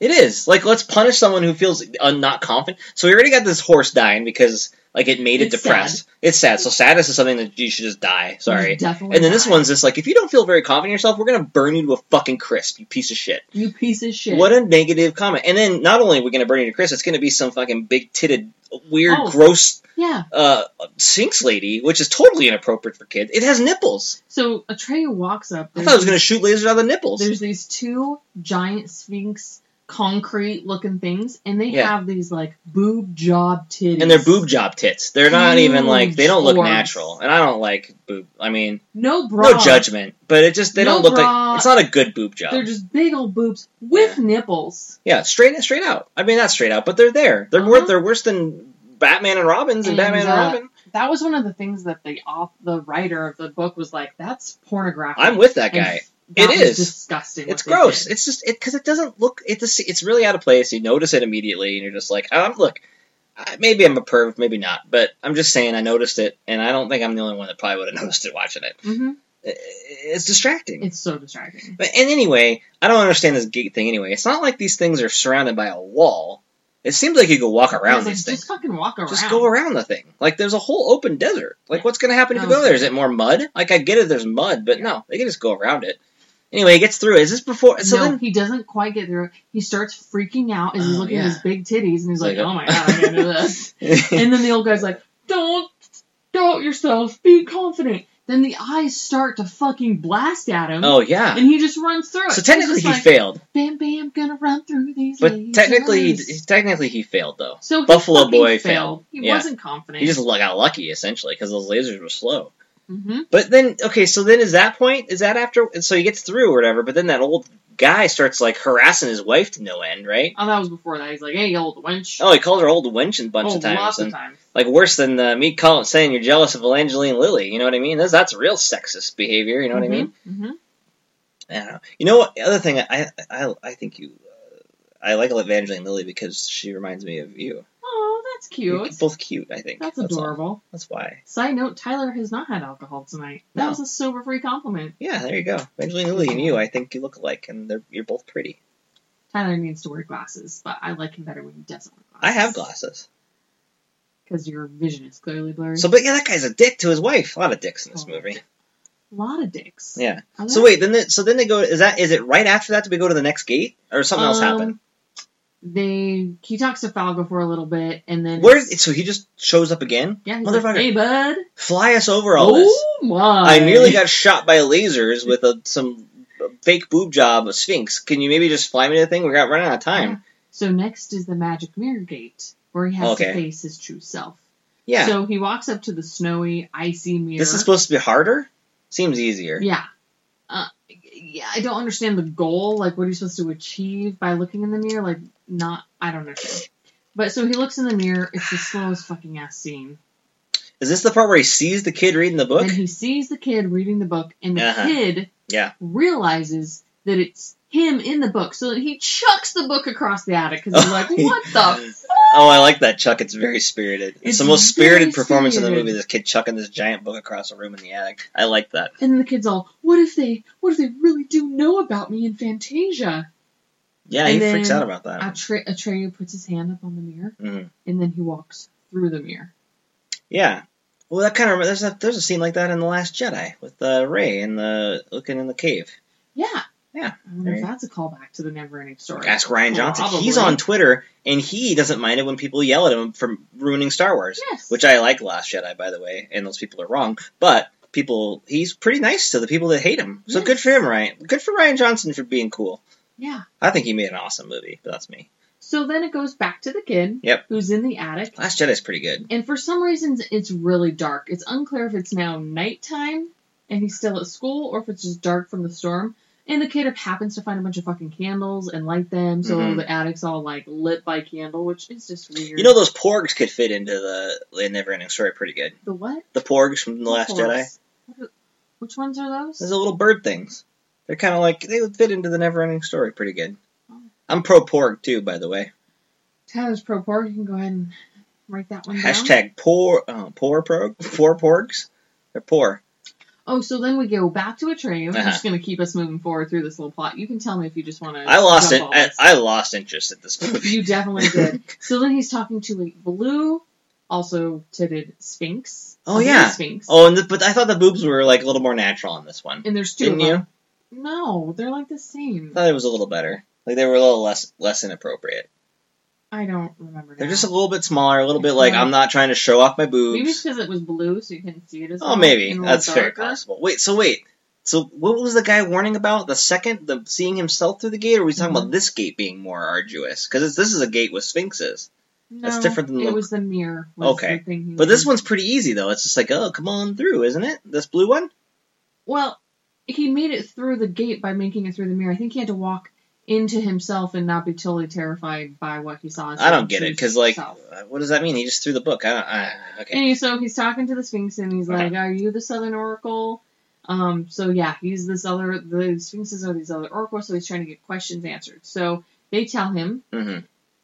S2: It is like let's punish someone who feels uh, not confident. So we already got this horse dying because like it made it
S1: It's
S2: depressed. It's sad. So sadness is something that you should just die. Sorry.
S1: You definitely
S2: And then this
S1: lied.
S2: one's just like, if you don't feel very confident in yourself, we're gonna burn you to a fucking crisp, you piece of shit.
S1: You piece of shit.
S2: What a negative comment. And then not only are we gonna burn you to crisp, it's gonna be some fucking big titted, weird,
S1: Oh.
S2: gross
S1: yeah.
S2: uh, sinks lady, which is totally inappropriate for kids. It has nipples.
S1: So Atreya walks up.
S2: I thought it was gonna shoot lasers out of the nipples.
S1: Mm-hmm. There's these two giant sphinx concrete looking things, and they
S2: Yeah.
S1: have these like boob job titties.
S2: and they're boob job tits. They're not even like they don't look
S1: Huge.
S2: natural. And I don't like boob. I mean,
S1: No bra.
S2: no judgment, but it just they
S1: No
S2: don't look
S1: bra.
S2: like it's not a good boob job.
S1: They're just big old boobs with nipples.
S2: yeah, straight straight out. I mean, not straight out, but they're there. They're
S1: Uh-huh.
S2: wor- they're worse than Batman and Robin's and,
S1: And,
S2: Batman and
S1: uh,
S2: Robin.
S1: That was one of the things that the off the writer of the book was like, "That's pornographic."
S2: I'm with that
S1: And
S2: guy.
S1: that
S2: It
S1: was
S2: is.
S1: disgusting. what
S2: It's
S1: they
S2: gross.
S1: did.
S2: It's just it because it doesn't look. It just, it's really out of place. You notice it immediately, and you're just like, um, look. I- Maybe I'm a perv, maybe not, but I'm just saying I noticed it, and I don't think I'm the only one that probably would have noticed it watching it.
S1: Mhm.
S2: I- It's distracting.
S1: It's so distracting.
S2: But and anyway, I don't understand this gate thing. Anyway, it's not like these things are surrounded by a wall. It seems like you could walk
S1: I was
S2: around
S1: like,
S2: these
S1: just
S2: things.
S1: fucking walk around.
S2: Just go around the thing. Like there's a whole open desert. Like what's gonna happen if you
S1: No.
S2: go there? Is it more mud? Like I get it, there's mud, but no, they can just go around it. Anyway, he gets through. it. Is this before? So
S1: no,
S2: then
S1: he doesn't quite get through. it. He starts freaking out as he's
S2: Oh,
S1: looking at
S2: yeah.
S1: his big titties, and he's like,
S2: Like,
S1: "Oh my god, I can't do this." and then the old guy's like, "Don't doubt yourself. Be confident." Then the eyes start to fucking blast at him,
S2: oh yeah.
S1: and he just runs through it.
S2: So technically
S1: He's
S2: he
S1: just like,
S2: failed,
S1: "Bam, bam, gonna run through these."
S2: but
S1: lasers."
S2: technically he- technically he failed though.
S1: so he
S2: Buffalo
S1: fucking
S2: Boy
S1: failed.
S2: failed.
S1: He
S2: Yeah.
S1: wasn't confident.
S2: He just got lucky essentially because those lasers were slow.
S1: hmm
S2: But then, okay, so then is that point? Is that after? and So he gets through or whatever. But then that old guy starts like harassing his wife to no end, right?
S1: Oh, that was before that. He's like, "Hey, you old wench."
S2: Oh, he called her old wench a bunch
S1: Oh,
S2: of times,
S1: lots
S2: and
S1: of times.
S2: like worse than the, me calling saying you're jealous of Evangeline Lilly. You know what I mean? That's that's real sexist behavior. You know what I mean?
S1: hmm
S2: I don't know. You know what? The other thing, I I I think you. uh, I like Evangeline Lilly because she reminds me of you.
S1: Oh, that's
S2: You're
S1: cute.
S2: both cute, I think.
S1: That's
S2: all.
S1: adorable.
S2: That's why.
S1: Side note: Tyler has not had alcohol tonight. That
S2: No.
S1: was a sober-free compliment.
S2: Yeah, there you go. Evangeline Lilly and you, I think you look alike, and they're, you're both pretty.
S1: Tyler needs to wear glasses, but I like him better when he doesn't wear glasses.
S2: I have glasses.
S1: because your vision is clearly blurred.
S2: So, but yeah, that guy's a dick to his wife. A lot of dicks in this
S1: Oh.
S2: movie.
S1: a lot of dicks.
S2: Yeah.
S1: I
S2: So
S1: like-
S2: wait, then they, so then they go. Is that is it right after that? Do we go to the next gate or something else
S1: Um,
S2: happened?
S1: They he talks to Falco for a little bit, and then
S2: Where? So he just shows up again.
S1: yeah, he's like,
S2: Motherfucker.
S1: hey bud,
S2: Fly us over all this.
S1: oh my!
S2: I nearly got shot by lasers with a, some fake boob job of Sphinx. Can you maybe just fly me to the thing? We got running out of time.
S1: So next is the magic mirror gate where he has to
S2: Okay.
S1: face his true self.
S2: Yeah.
S1: So he walks up to the snowy, icy mirror.
S2: this is supposed to be harder. Seems easier.
S1: yeah. Uh, yeah, I don't understand the goal. Like, what are you supposed to achieve by looking in the mirror? Like, not, I don't understand. But so he looks in the mirror. It's the slowest fucking ass scene.
S2: Is this the part where he sees the kid reading the book?
S1: And he sees the kid reading the book, and the
S2: Uh-huh.
S1: kid
S2: Yeah.
S1: realizes that it's him in the book, so that he chucks the book across the attic because he's like, "What the?" F-?
S2: Oh, I like that, Chuck. It's very spirited. It's,
S1: It's
S2: the most
S1: very
S2: spirited performance in the
S1: spirited.
S2: movie. This kid chucking this giant book across a room in the attic. I like that.
S1: And then the kid's all, "What if they? What if they really do know about me in Fantasia?"
S2: Yeah,
S1: And
S2: he
S1: then-
S2: freaks out about that.
S1: Atre- Atreyu puts his hand up on the mirror,
S2: Mhm.
S1: and then he walks through the mirror.
S2: Yeah. Well, that kind of there's a there's a scene like that in the Last Jedi with uh, Ray and the looking in the cave.
S1: Yeah.
S2: Yeah.
S1: I wonder if
S2: Very-
S1: that's a callback to the Neverending Story.
S2: Ask Ryan Johnson.
S1: Probably.
S2: He's on Twitter and he doesn't mind it when people yell at him for ruining Star Wars,
S1: Yes.
S2: which I like Last Jedi by the way, and those people are wrong, but people he's pretty nice to the people that hate him. So
S1: Yeah.
S2: good for him, Ryan. Good for Ryan Johnson for being cool.
S1: yeah.
S2: I think he made an awesome movie, but that's me.
S1: So then it goes back to the kid.
S2: Yep.
S1: Who's in the attic.
S2: Last Jedi's pretty good.
S1: And for some reasons, it's really dark. It's unclear if it's now nighttime and he's still at school or if it's just dark from the storm. And the cater happens to find a bunch of fucking candles and light them, so
S2: Mhm.
S1: the attic's all like lit by candle, which is just weird.
S2: You know those porgs could fit into the in Neverending Story pretty good.
S1: the what?
S2: The porgs from The Last Jedi.
S1: What are- Which ones are those?
S2: Those are little bird things. They're kind of like they would fit into the Neverending Story pretty good.
S1: Oh.
S2: I'm pro porg too, by the way.
S1: Tyler's pro pork. You can go ahead and write that one down.
S2: Hashtag poor uh, poor pro poor porgs. They're poor.
S1: Oh, so then we go back to a train. I'm
S2: Uh-huh.
S1: just going to keep us moving forward through this little plot. You can tell me if you just want to.
S2: I lost it. I, I lost interest at this movie.
S1: You definitely did. so then he's talking to a blue, also titted sphinx. A
S2: Oh,
S1: blue
S2: yeah.
S1: sphinx.
S2: Oh, and the, but I thought the boobs were like a little more natural on this one.
S1: and there's 2
S2: Didn't
S1: of
S2: you?
S1: them. No, they're like the
S2: I
S1: same.
S2: thought it was a little better. Like they were a little less less inappropriate.
S1: I don't remember.
S2: They're
S1: now.
S2: just a little bit smaller, a little bit like I'm not trying to show off my
S1: maybe it's
S2: boobs.
S1: because it was blue, so you couldn't see it as well.
S2: Oh, maybe
S1: and a
S2: that's
S1: little
S2: very
S1: darker.
S2: possible. Wait, so wait, so what was the guy warning about? The second, the seeing himself through the gate, or were we talking
S1: Mhm.
S2: about this gate being more arduous? Because this is a gate with sphinxes,
S1: No,
S2: That's different than
S1: it
S2: the-
S1: was the mirror. was
S2: Okay.
S1: the thing he
S2: but this
S1: wanted.
S2: one's pretty easy though. It's just like, oh, come on through, isn't it? This blue one.
S1: Well, he made it through the gate by making it through the mirror. I think he had to walk into himself and not be totally terrified by what he saw.
S2: I don't get it
S1: Choose
S2: because like,
S1: himself.
S2: uh, what does that mean? He just threw the book. I don't. I, okay.
S1: Anyway, so he's talking to the Sphinx and he's
S2: Okay.
S1: like, "Are you the Southern Oracle?" Um, so yeah, he's this other. The Sphinxes are these other oracles, so he's trying to get questions answered. So they tell him
S2: hmm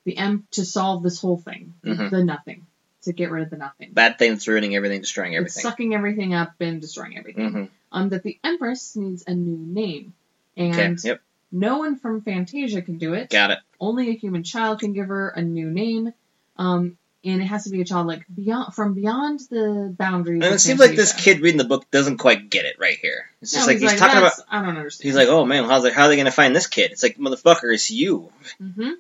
S1: the M to solve this whole thing,
S2: Mhm.
S1: the nothing, to get rid of the nothing.
S2: Bad things ruining everything, destroying
S1: It's
S2: everything.
S1: sucking everything up and destroying everything.
S2: hmm
S1: Um, that the Empress needs a new name,
S2: Okay.
S1: and
S2: Yep.
S1: no one from Fantasia can do it.
S2: Got it.
S1: Only a human child can give her a new name, um, and it has to be a child like beyond from beyond the boundaries.
S2: And
S1: of
S2: it seems like this
S1: Fantasia.
S2: kid reading the book doesn't quite get it right here. It's just
S1: No,
S2: like he's, talking about.
S1: "That's- I don't understand.
S2: He's like, oh man, how's how are they gonna find this kid? It's like, motherfucker, it's you.
S1: mm-hmm.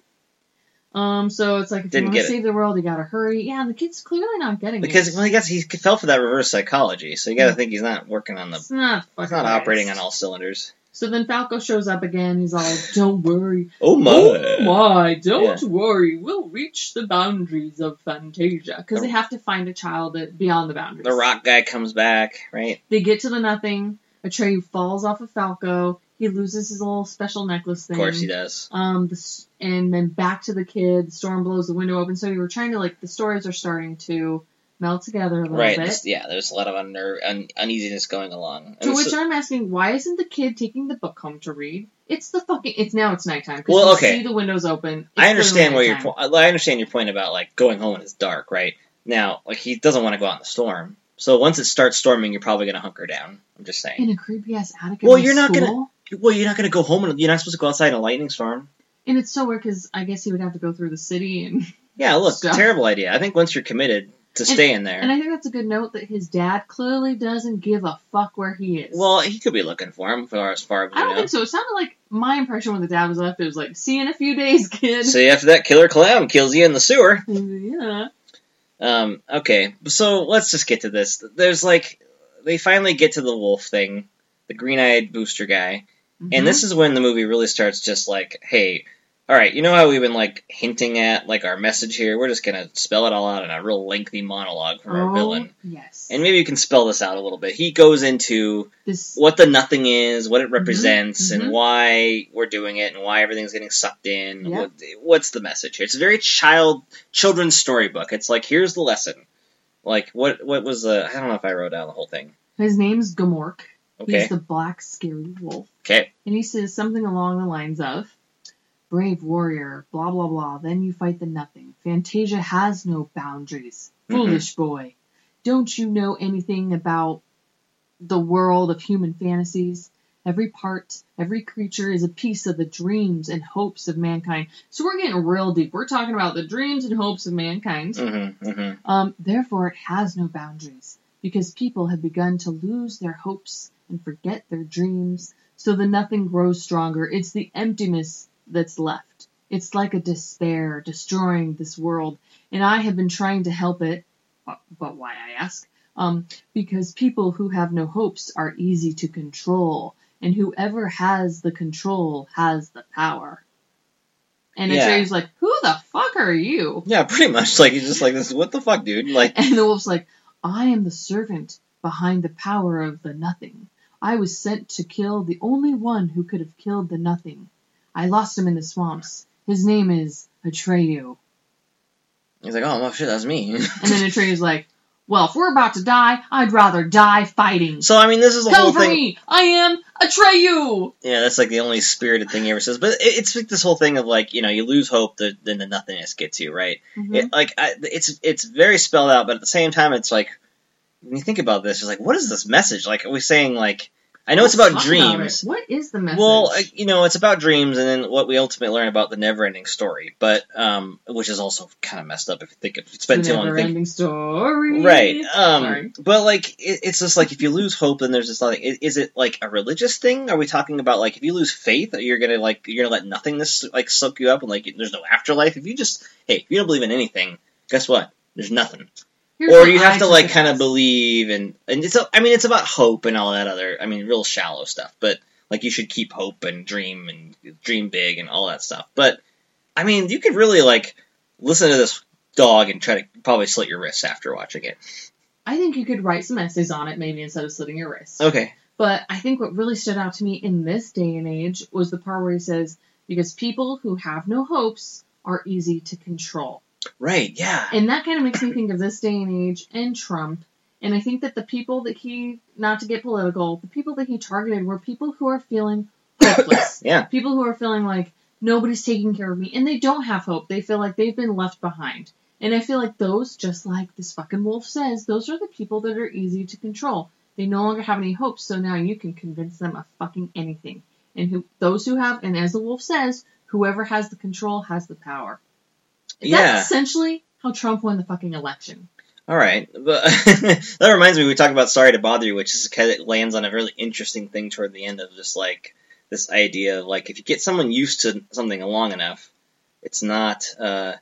S1: Um, so it's like if
S2: Didn't
S1: you want
S2: get
S1: to
S2: it.
S1: save the world, you gotta hurry. Yeah, and the kid's clearly not getting
S2: Because
S1: it.
S2: well, I guess he fell for that reverse psychology, so you got to think he's not working on the.
S1: it's not
S2: He's
S1: fucking
S2: not
S1: nice.
S2: operating on all cylinders.
S1: So then Falco shows up again. He's all, "Don't worry,
S2: Oh my!
S1: oh my, don't
S2: Yeah.
S1: worry. We'll reach the boundaries of Fantasia because
S2: The-
S1: they have to find a child that, beyond the boundaries.
S2: The rock guy comes back, right?
S1: They get to the nothing. Atreyu falls off of Falco. He loses his little special necklace thing.
S2: Of course he does.
S1: Um, the, s- and then back to the kid. Storm blows the window open. So you were trying to like the stories are starting to melt together a little
S2: Right?
S1: bit.
S2: this- yeah, there's a lot of unnerv- un- uneasiness going along.
S1: To
S2: And
S1: which
S2: so-
S1: I'm asking, why isn't the kid taking the book home to read? It's the fucking. It's now. It's nighttime. 'cause
S2: Well,
S1: you
S2: okay.
S1: See the windows open.
S2: I understand where
S1: what
S2: your point. I understand your point about like going home when it's dark, right? Now, like he doesn't want to go out in the storm. So once it starts storming, you're probably gonna hunker down. I'm just saying.
S1: in a creepy ass attic.
S2: Well,
S1: in my
S2: you're not gonna-
S1: school?
S2: Well, you're not gonna go home. And, you're not supposed to go outside in a lightning storm.
S1: And it's so weird because I guess he would have to go through the city and
S2: Yeah, look,
S1: Stuff.
S2: terrible idea. I think once you're committed to stay in there.
S1: and I think that's a good note that his dad clearly doesn't give a fuck where he is.
S2: well, he could be looking for him for as far as we
S1: I don't
S2: know.
S1: think so. It sounded like my impression when the dad was left. It was like, see you in a few days, kid.
S2: See, after that killer clown kills you in the sewer.
S1: yeah.
S2: Um, okay, so let's just get to this. There's like, they finally get to the wolf thing, the green eyed booster guy. And this is when the movie really starts just like, hey, all right, you know how we've been like hinting at like our message here? We're just going to spell it all out in a real lengthy monologue from our villain.
S1: Oh, Yes.
S2: And maybe you can spell this out a little bit. He goes into
S1: this
S2: what the nothing is, what it represents,
S1: mhm.
S2: and why we're doing it, and why everything's getting sucked in.
S1: Yeah.
S2: What, what's the message here? It's a very child children's storybook. It's like here's the lesson. Like what what was the? I don't know if I wrote down the whole thing.
S1: his name's Gamork.
S2: Okay,
S1: He's the black scary wolf.
S2: okay,
S1: And he says something along the lines of Brave warrior, blah blah blah, then you fight the nothing. Fantasia has no boundaries.
S2: Mhm.
S1: Foolish boy. Don't you know anything about the world of human fantasies? Every part, every creature is a piece of the dreams and hopes of mankind. So we're getting real deep. We're talking about the dreams and hopes of mankind.
S2: mm-hmm, mm-hmm.
S1: Um, therefore, it has no boundaries, because people have begun to lose their hopes and forget their dreams, so the nothing grows stronger. It's the emptiness that's left. It's like a despair destroying this world, and I have been trying to help it, but- but why I ask? Um, because people who have no hopes are easy to control, and whoever has the control has the power. And
S2: Yeah.
S1: Atreyu's like, who the fuck are you?
S2: yeah, pretty much. Like he's just like this. What the fuck, dude? Like.
S1: And the wolf's like, I am the servant behind the power of the nothing. I was sent to kill the only one who could have killed the nothing. I lost him in the swamps. His name is Atreyu.
S2: He's like, oh, well, shit, that's me.
S1: And then Atreyu's like, well, if we're about to die, I'd rather die fighting.
S2: so, I mean, this is the whole
S1: Come for
S2: thing.
S1: me! I am Atreyu!
S2: Yeah, that's like the only spirited thing he ever says. But it, it's like this whole thing of like, you know, you lose hope, the, then the nothingness gets Mm-hmm. you, right?
S1: Mhm.
S2: It, like, I, it's it's very spelled out, but at the same time, it's like, when you think about this, it's like, what is this message? Like, are we saying, like, I know it's about
S1: Talk about
S2: dreams.
S1: it. What is the message?
S2: Well, uh, you know, it's about dreams, and then what we ultimately learn about the never-ending story, but um, which is also kind of messed up if you think of spend
S1: The
S2: too long thinking.
S1: never-ending story.
S2: Right. Um,
S1: Sorry.
S2: But like, it, it's just like if you lose hope, then there's this nothing. Is, is it like a religious thing? Are we talking about like if you lose faith, that you're gonna like you're gonna let nothingness like soak you up, and like there's no afterlife? If you just hey, if you don't believe in anything, guess what? There's nothing
S1: Here's
S2: or
S1: what
S2: do you
S1: I
S2: have to like
S1: suggest.
S2: kind of believe and and it's a- I mean it's about hope and all that other I mean real shallow stuff, but like you should keep hope and dream and dream big and all that stuff. But I mean you could really like listen to this dog and try to probably slit your wrists after watching it.
S1: I think you could write some essays on it, maybe instead of slitting your wrist.
S2: Okay,
S1: But I think what really stood out to me in this day and age was the part where he says, "Because people who have no hopes are easy to control,"
S2: right, yeah,
S1: and that kind of makes me think of this day and age and Trump. And I think that the people that he, not to get political, the people that he targeted were people who are feeling hopeless.
S2: yeah,
S1: people who are feeling like nobody's taking care of me and they don't have hope. They feel like they've been left behind. And I feel like those, just like this fucking wolf says, those are the people that are easy to control. They no longer have any hope, so now you can convince them of fucking anything. And who, those who have, and as the wolf says, whoever has the control has the power.
S2: yeah.
S1: That's essentially how Trump won the fucking election.
S2: All right, but that reminds me, we talked about "Sorry to Bother You," which is kind of lands on a really interesting thing toward the end of just like this idea of like if you get someone used to something long enough, it's not uh,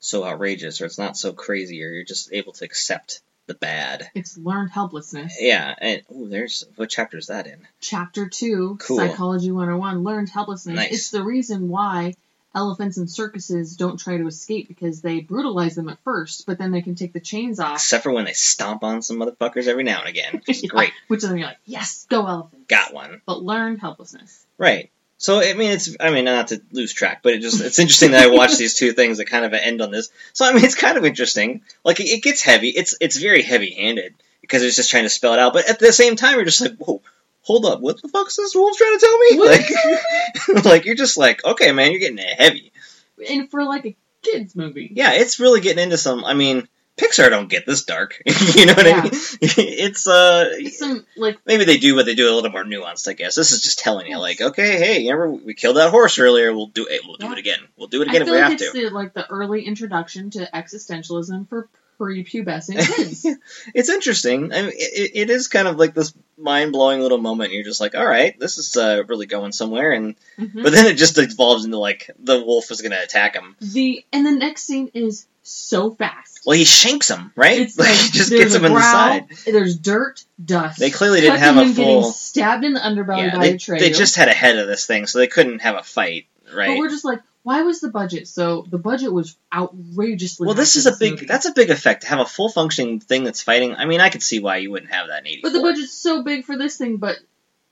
S2: so outrageous or it's not so crazy or you're just able to accept the bad.
S1: It's learned helplessness.
S2: Yeah, and ooh, there's what chapter is that in?
S1: Chapter 2,
S2: Cool.
S1: Psychology 101, learned helplessness.
S2: Nice.
S1: It's the reason why elephants and circuses don't try to escape because they brutalize them at first, but then they can take the chains off.
S2: Except for when they stomp on some motherfuckers every now and again. Which is
S1: Yeah,
S2: great,
S1: Which then you're like, yes, go elephants.
S2: got one.
S1: But learned helplessness.
S2: Right. So I mean, it's I mean not to lose track, but it just it's interesting that I watch these two things that kind of end on this. So I mean, it's kind of interesting. Like it, it gets heavy. It's it's very heavy handed because it's just trying to spell it out. But at the same time, you're just like, whoa, hold up, what the fuck is this wolf trying to tell me?
S1: What is
S2: Like, like you're just like, okay, man, you're getting heavy.
S1: And for like a kid's movie.
S2: Yeah, it's really getting into some. I mean, Pixar don't get this dark. you know what I
S1: Yeah.
S2: mean? It's uh,
S1: It's some, like,
S2: Maybe they do, but they do it a little more nuanced, I guess. This is just telling you, like, okay, hey, you remember we killed that horse earlier? We'll do it. We'll do
S1: Yeah.
S2: it again. We'll do it
S1: I
S2: again
S1: feel
S2: if we
S1: like
S2: have
S1: it's
S2: to.
S1: the, like the early introduction to existentialism for prepubescent kids.
S2: It's interesting. I mean, it, it is kind of like this mind blowing little moment. You're just like, all right, this is uh, really going somewhere, and
S1: Mhm.
S2: but then it just evolves into like the wolf is going to attack him.
S1: The and the next scene is so fast.
S2: Well, he shanks him, right?
S1: It's
S2: like
S1: like
S2: he just
S1: there's
S2: gets
S1: a
S2: him in the
S1: growl,
S2: side.
S1: There's dirt, dust.
S2: They clearly
S1: Cut
S2: didn't
S1: to
S2: have a
S1: him getting
S2: full-
S1: stabbed in the underbelly
S2: Yeah,
S1: by
S2: they,
S1: a trail.
S2: they just had a head of this thing, so they couldn't have a fight, right?
S1: But we're just like, why was the budget? So the budget was outrageously.
S2: Well,
S1: high
S2: this
S1: for
S2: is a big.
S1: movie.
S2: That's a big effect to have a full functioning thing that's fighting. I mean, I could see why you wouldn't have that in eighty.
S1: But the budget's so big for this thing, but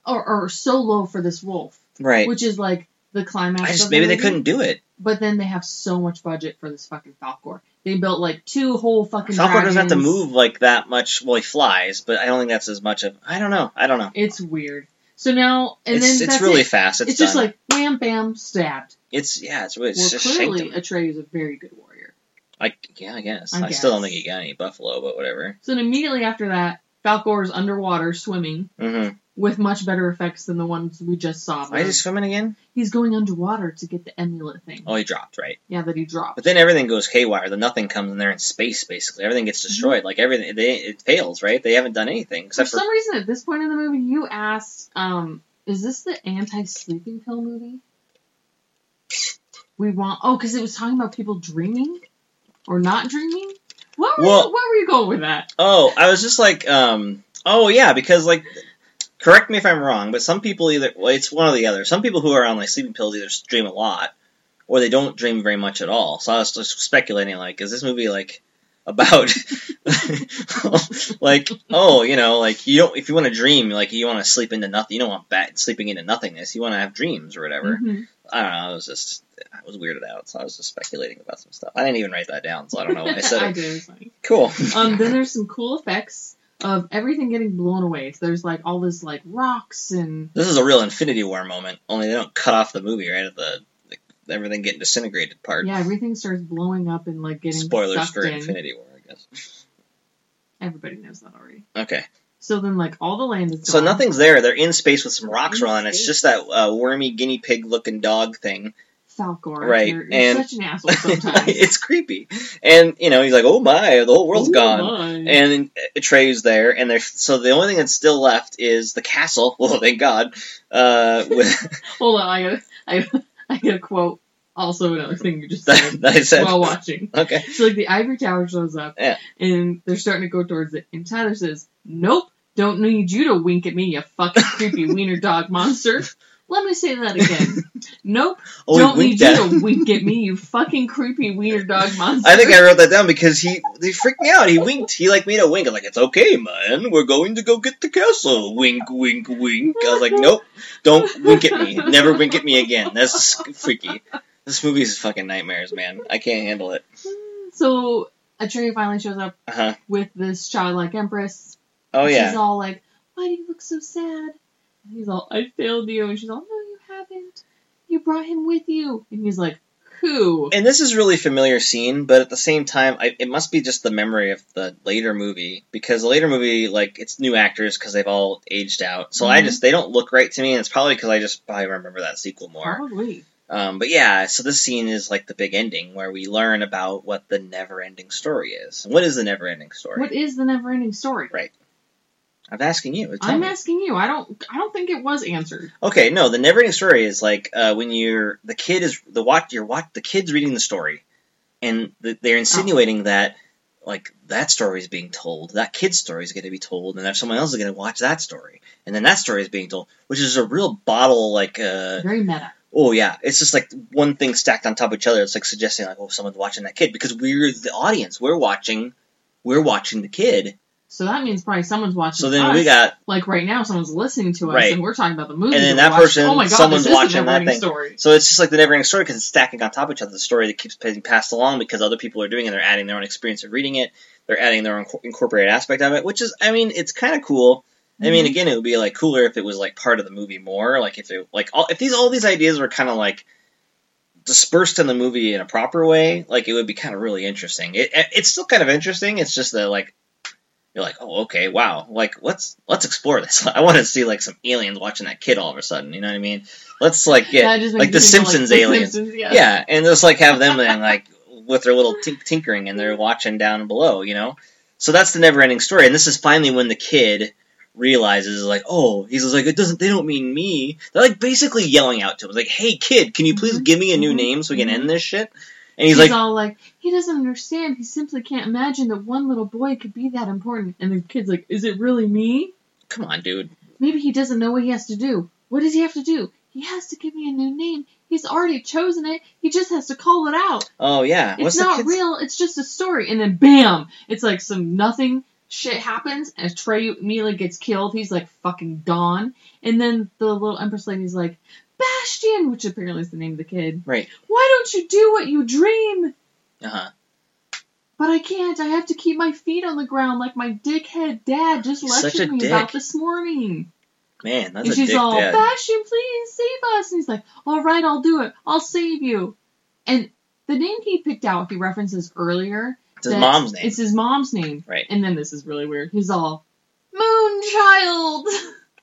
S1: or, or so low for this wolf,
S2: right?
S1: which is like the climax.
S2: I
S1: of
S2: just
S1: the
S2: maybe they
S1: movie.
S2: couldn't do it.
S1: But then they have so much budget for this fucking Falcor. They built like two whole fucking.
S2: Falcor doesn't have to
S1: dragons.
S2: move like that much. Well, he flies, but I don't think that's as much of. I don't know. I don't know.
S1: It's weird. So now and
S2: it's
S1: then
S2: it's
S1: that's
S2: really
S1: it.
S2: fast. It's,
S1: It's just
S2: done.
S1: like wham, bam, stabbed.
S2: it's yeah. It's really it's
S1: well,
S2: just shanked
S1: clearly
S2: him.
S1: Atreyu is a very good warrior.
S2: I yeah, I guess. I,
S1: I
S2: still don't
S1: guess.
S2: think he got any buffalo, but whatever.
S1: So then immediately after that, Falcor is underwater swimming
S2: hmm
S1: with much better effects than the ones we just saw.
S2: Why is he swimming again?
S1: He's going underwater to get the amulet thing.
S2: Oh, he dropped right.
S1: Yeah, that he dropped.
S2: But then everything goes haywire. The nothing comes in there in space. Basically, everything gets
S1: Mm-hmm.
S2: destroyed. Like everything, they, it fails. Right? They haven't done anything
S1: For
S2: except for
S1: some reason, at this point in the movie, you asked, um, "Is this the anti-sleeping pill movie?" We want oh, because it was talking about people dreaming or not dreaming. What were
S2: Well-
S1: you, where were you going with that?
S2: Oh, I was just like, um, oh yeah, because like, correct me if I'm wrong, but some people either well, it's one or the other. Some people who are on like sleeping pills either dream a lot, or they don't dream very much at all. So I was just speculating, like, is this movie like about like oh you know like you don't if you want to dream like you want to sleep into nothing you don't want bat sleeping into nothingness you want to have dreams or whatever
S1: Mhm.
S2: I don't know I was just I was weirded out so I was just speculating about some stuff I didn't even write that down so I don't know why I
S1: I
S2: said it
S1: did. It was funny.
S2: cool
S1: Um, then there's some cool effects of everything getting blown away. So there's like all this like rocks and
S2: this is a real Infinity War moment only they don't cut off the movie right at the, the everything getting disintegrated part
S1: yeah, everything starts blowing up and like getting
S2: spoilers
S1: sucked
S2: for
S1: in.
S2: Infinity War I guess
S1: Everybody knows that already.
S2: okay
S1: So then like all the land is
S2: So
S1: gone.
S2: nothing's there. They're in space with some rocks
S1: In
S2: rolling. It's
S1: space.
S2: just that uh, wormy guinea pig looking dog thing.
S1: Falcor.
S2: Right,
S1: You're, you're
S2: and-
S1: such an asshole sometimes.
S2: it's creepy. And you know he's like, oh my, the whole world's
S1: Oh
S2: gone.
S1: my.
S2: And then Trey's there, and they're so the only thing that's still left is the castle. Well, thank God. Uh, with
S1: Hold on, I gotta, I, gotta- I gotta quote also another thing you just
S2: that,
S1: said
S2: that I said,
S1: while watching.
S2: okay,
S1: So like the ivory tower shows up,
S2: Yeah.
S1: and they're starting to go towards it, and Tyler says, "Nope, don't need you to wink at me, you fucking creepy wiener dog monster." Let me say that again. Nope,
S2: oh,
S1: don't
S2: he
S1: need
S2: winked at
S1: you to wink at me, you fucking creepy wiener dog monster.
S2: I think I wrote that down because he they freaked me out. He winked. He like made a wink. I'm like, it's okay, man. We're going to go get the castle. Wink, wink, wink. I was like, nope, don't wink at me. Never wink at me again. That's freaky. This movie is fucking nightmares, man. I can't handle it.
S1: So Atreyu finally shows up
S2: Uh huh.
S1: with this childlike empress,
S2: Oh
S1: And
S2: yeah.
S1: She's all like, "Why do you look so sad?" And he's all, "I failed you," and she's all, "No, you haven't. You brought him with you." And he's like, "Who?"
S2: And this is a really familiar scene, but at the same time, I, it must be just the memory of the later movie because the later movie, like, it's new actors because they've all aged out. So I
S1: Mhm.
S2: just they don't look right to me, and it's probably because I just probably remember that sequel more.
S1: Probably.
S2: Um, but yeah, so this scene is like the big ending where we learn about what the never-ending story is. And What is the never-ending story?
S1: What is the never-ending story?
S2: Right. I'm asking you. Tell
S1: I'm
S2: me.
S1: asking you. I don't. I don't think it was answered.
S2: okay, no, the never-ending story is like uh, when you're the kid is the watch you're watch the kid's reading the story, and th
S1: Oh.
S2: they're insinuating that like that story is being told, that kid's story is going to be told, and that someone else is going to watch that story, and then that story is being told, which is a real bottle like uh,
S1: Very meta.
S2: Oh yeah, it's just like one thing stacked on top of each other. It's like suggesting like, oh, someone's watching that kid because we're the audience. We're watching, we're watching the kid.
S1: So that means probably someone's watching.
S2: So then
S1: us.
S2: we got
S1: like right now, someone's listening to us,
S2: Right.
S1: and we're talking about the movie.
S2: And then
S1: we're
S2: that
S1: watching.
S2: person-
S1: oh my god,
S2: someone's
S1: this
S2: watching
S1: is a
S2: that
S1: never-ending
S2: thing.
S1: story.
S2: so it's just like the never ending story because it's stacking on top of each other. The story that keeps being passed along because other people are doing it. They're adding their own experience of reading it. They're adding their own co- incorporated aspect of it, which is, I mean, it's kind of cool. I mean, again, it would be like cooler if it was like part of the movie more. Like if it like all if these all these ideas were kind of like dispersed in the movie in a proper way, like it would be kind of really interesting. It it- it's still kind of interesting. It's just that like you're like, oh okay, wow, like let's let's explore this. I want to see like some aliens watching that kid all of a sudden. You know what I mean? Let's like get
S1: That just
S2: like
S1: makes
S2: the
S1: me feel
S2: Simpsons
S1: the
S2: aliens.
S1: Simpsons,
S2: yeah. and just like have them then like with their little tink- tinkering and they're watching down below, you know. So that's the never-ending story, and this is finally when the kid realizes like, oh, he's just like, it doesn't. They don't mean me. They're like basically yelling out to him, like, hey kid, can you please
S1: Mhm,
S2: give me a new
S1: mhm,
S2: name so we can
S1: mhm.
S2: end this shit? And
S1: He's,
S2: he's like,
S1: all like, he doesn't understand. He simply can't imagine that one little boy could be that important. And the kid's like, is it really me?
S2: come on, dude.
S1: Maybe he doesn't know what he has to do. What does he have to do? He has to give me a new name. He's already chosen it. He just has to call it out.
S2: Oh yeah,
S1: It's not real. It's just a story. And then bam, it's like some nothing shit happens. And Trey immediately gets killed. He's like fucking gone. And then the little Empress lady's like, Bastion, which apparently is the name of the kid.
S2: Right.
S1: Why don't you do what you dream?
S2: Uh huh.
S1: But I can't. I have to keep my feet on the ground like my dickhead dad just
S2: He's such a
S1: lectured me
S2: dick.
S1: about this morning.
S2: Man, that's
S1: and
S2: a
S1: she's
S2: dick
S1: all,
S2: dad.
S1: Bastion, please save us. And he's like, all right, I'll do it. I'll save you. And the name he picked out, he references earlier.
S2: It's his
S1: that
S2: mom's name.
S1: It's his mom's name.
S2: Right.
S1: And then this is really weird. He's all, Moonchild.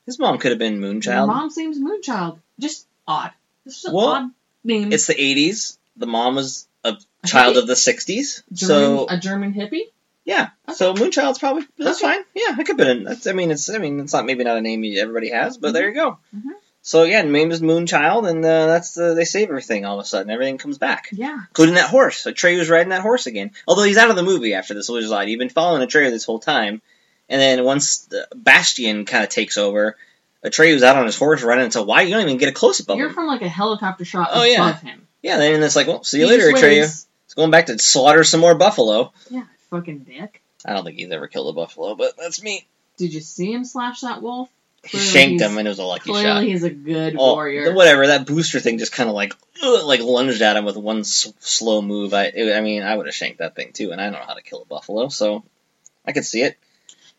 S2: His mom could have been
S1: Her
S2: Moonchild.
S1: mom's name's Moonchild. Just odd. It's just an
S2: Well,
S1: odd name.
S2: It's the '80s. The mom was a child of the '60s,
S1: German,
S2: so
S1: a German hippie.
S2: Yeah. So Moonchild's probably that's
S1: Okay.
S2: fine. Yeah, it could be. An, that's, I mean, it's I mean, it's not maybe not a name you- everybody has, but there you go.
S1: Mhm.
S2: So again, name is Moonchild, and uh, that's the, they save everything all of a sudden. Everything comes back,
S1: Yeah.
S2: including that horse. Atreyu was riding that horse again. Although he's out of the movie after this, which is odd. You've been following Atreyu this whole time, and then once the Bastion kind of takes over, Atreyu's out on his horse running. So why you don't even get a close up of
S1: You're
S2: him?
S1: from like a helicopter shot
S2: Oh,
S1: above
S2: yeah.
S1: him.
S2: Yeah. Then it's like, well, see you
S1: He
S2: later,
S1: just
S2: Atreyu.
S1: waves.
S2: It's going back to slaughter some more buffalo.
S1: Yeah, fucking dick?
S2: I don't think he's ever killed a buffalo, but that's me.
S1: Did you see him slash that wolf?
S2: He
S1: Clearly
S2: shanked
S1: he's-
S2: him, and it was a lucky
S1: Clearly,
S2: shot.
S1: he's a good
S2: Oh,
S1: warrior.
S2: th- whatever. That booster thing just kind of like ugh, like lunged at him with one s- slow move. I it, I mean, I would have shanked that thing too, and I don't know how to kill a buffalo, so I could see it.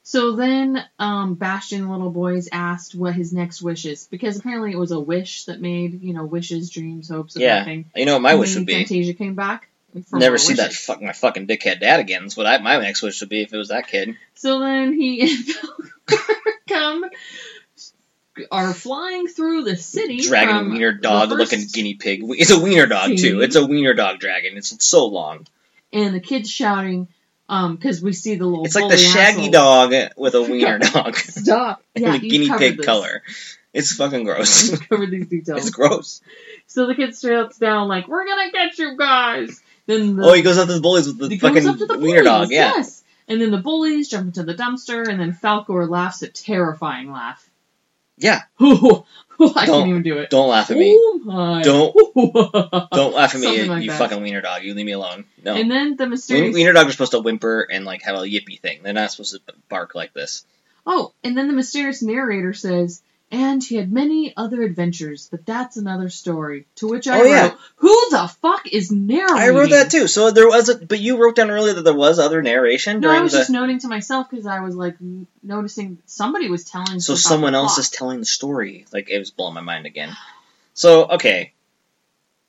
S1: So then, um, Bastion Little Boys asked what his next wish is because apparently it was a wish that made you know wishes, dreams, hopes,
S2: Yeah,
S1: everything.
S2: You know what my wish would be?
S1: Fantasia came back. Mm, for
S2: Never
S1: more
S2: see that
S1: wishes.
S2: fuck my fucking dickhead dad again. That's what I, my next wish would be if it was that kid.
S1: So then he and Falcor come are flying through the city,
S2: Dragon
S1: from
S2: wiener
S1: the
S2: dog
S1: first-
S2: looking guinea pig. It's a wiener dog too.
S1: scene.
S2: It's a wiener dog dragon. It's so long.
S1: and the kids shouting because we see the little.
S2: It's like the
S1: bully
S2: shaggy
S1: asshole.
S2: dog with a wiener dog.
S1: Stop. Yeah,
S2: in a
S1: you've
S2: guinea
S1: covered
S2: pig
S1: this.
S2: color. It's fucking gross.
S1: You've covered these details.
S2: it's gross.
S1: So the kid shouts down like, "We're gonna get you guys!" Then the,
S2: Oh, he goes up to the bullies with the
S1: he
S2: fucking
S1: goes up to the
S2: wiener
S1: bullies,
S2: dog. Yeah.
S1: yes. And then the bullies jump into the dumpster, and then Falcor laughs a terrifying laugh.
S2: Yeah.
S1: I
S2: Don't-
S1: can't even do it.
S2: Don't laugh at me.
S1: Oh my.
S2: Don't- Don't laugh at me,
S1: Something
S2: you,
S1: like
S2: you
S1: that.
S2: fucking wiener dog. You leave me alone. No.
S1: And then the
S2: Wiener,
S1: mysterious.
S2: wiener dogs are supposed to whimper and like have a yippy thing. They're not supposed to bark like this.
S1: Oh, and then the mysterious narrator says, and he had many other adventures, but that's another story. To which I
S2: Oh,
S1: wrote,
S2: yeah.
S1: who the fuck is narrating?
S2: I wrote that too. So there was, a, but you wrote down earlier that there was other narration
S1: No, I
S2: during
S1: was just
S2: the.
S1: noting to myself because I was like n- noticing somebody was telling.
S2: So
S1: about
S2: someone
S1: the
S2: else
S1: plot.
S2: is telling the story. Like it was blowing my mind again. So okay,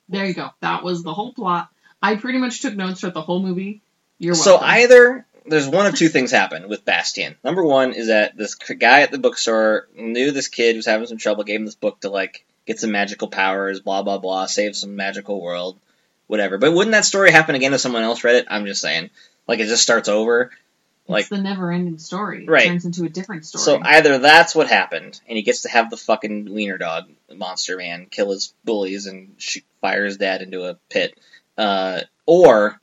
S1: There you go. That was the whole plot. I pretty much took notes for the whole movie. You're
S2: so
S1: welcome.
S2: either there's one of two things happen with Bastion. Number one is that this c- guy at the bookstore knew this kid was having some trouble, gave him this book to like get some magical powers, blah blah blah, save some magical world, whatever. But wouldn't that story happen again if someone else read it? I'm just saying, like it just starts over. like-
S1: it's the never-ending story. It
S2: Right.
S1: turns into a different story.
S2: So either that's what happened, and he gets to have the fucking wiener dog monster man kill his bullies and shoot, fire his dad into a pit, uh, or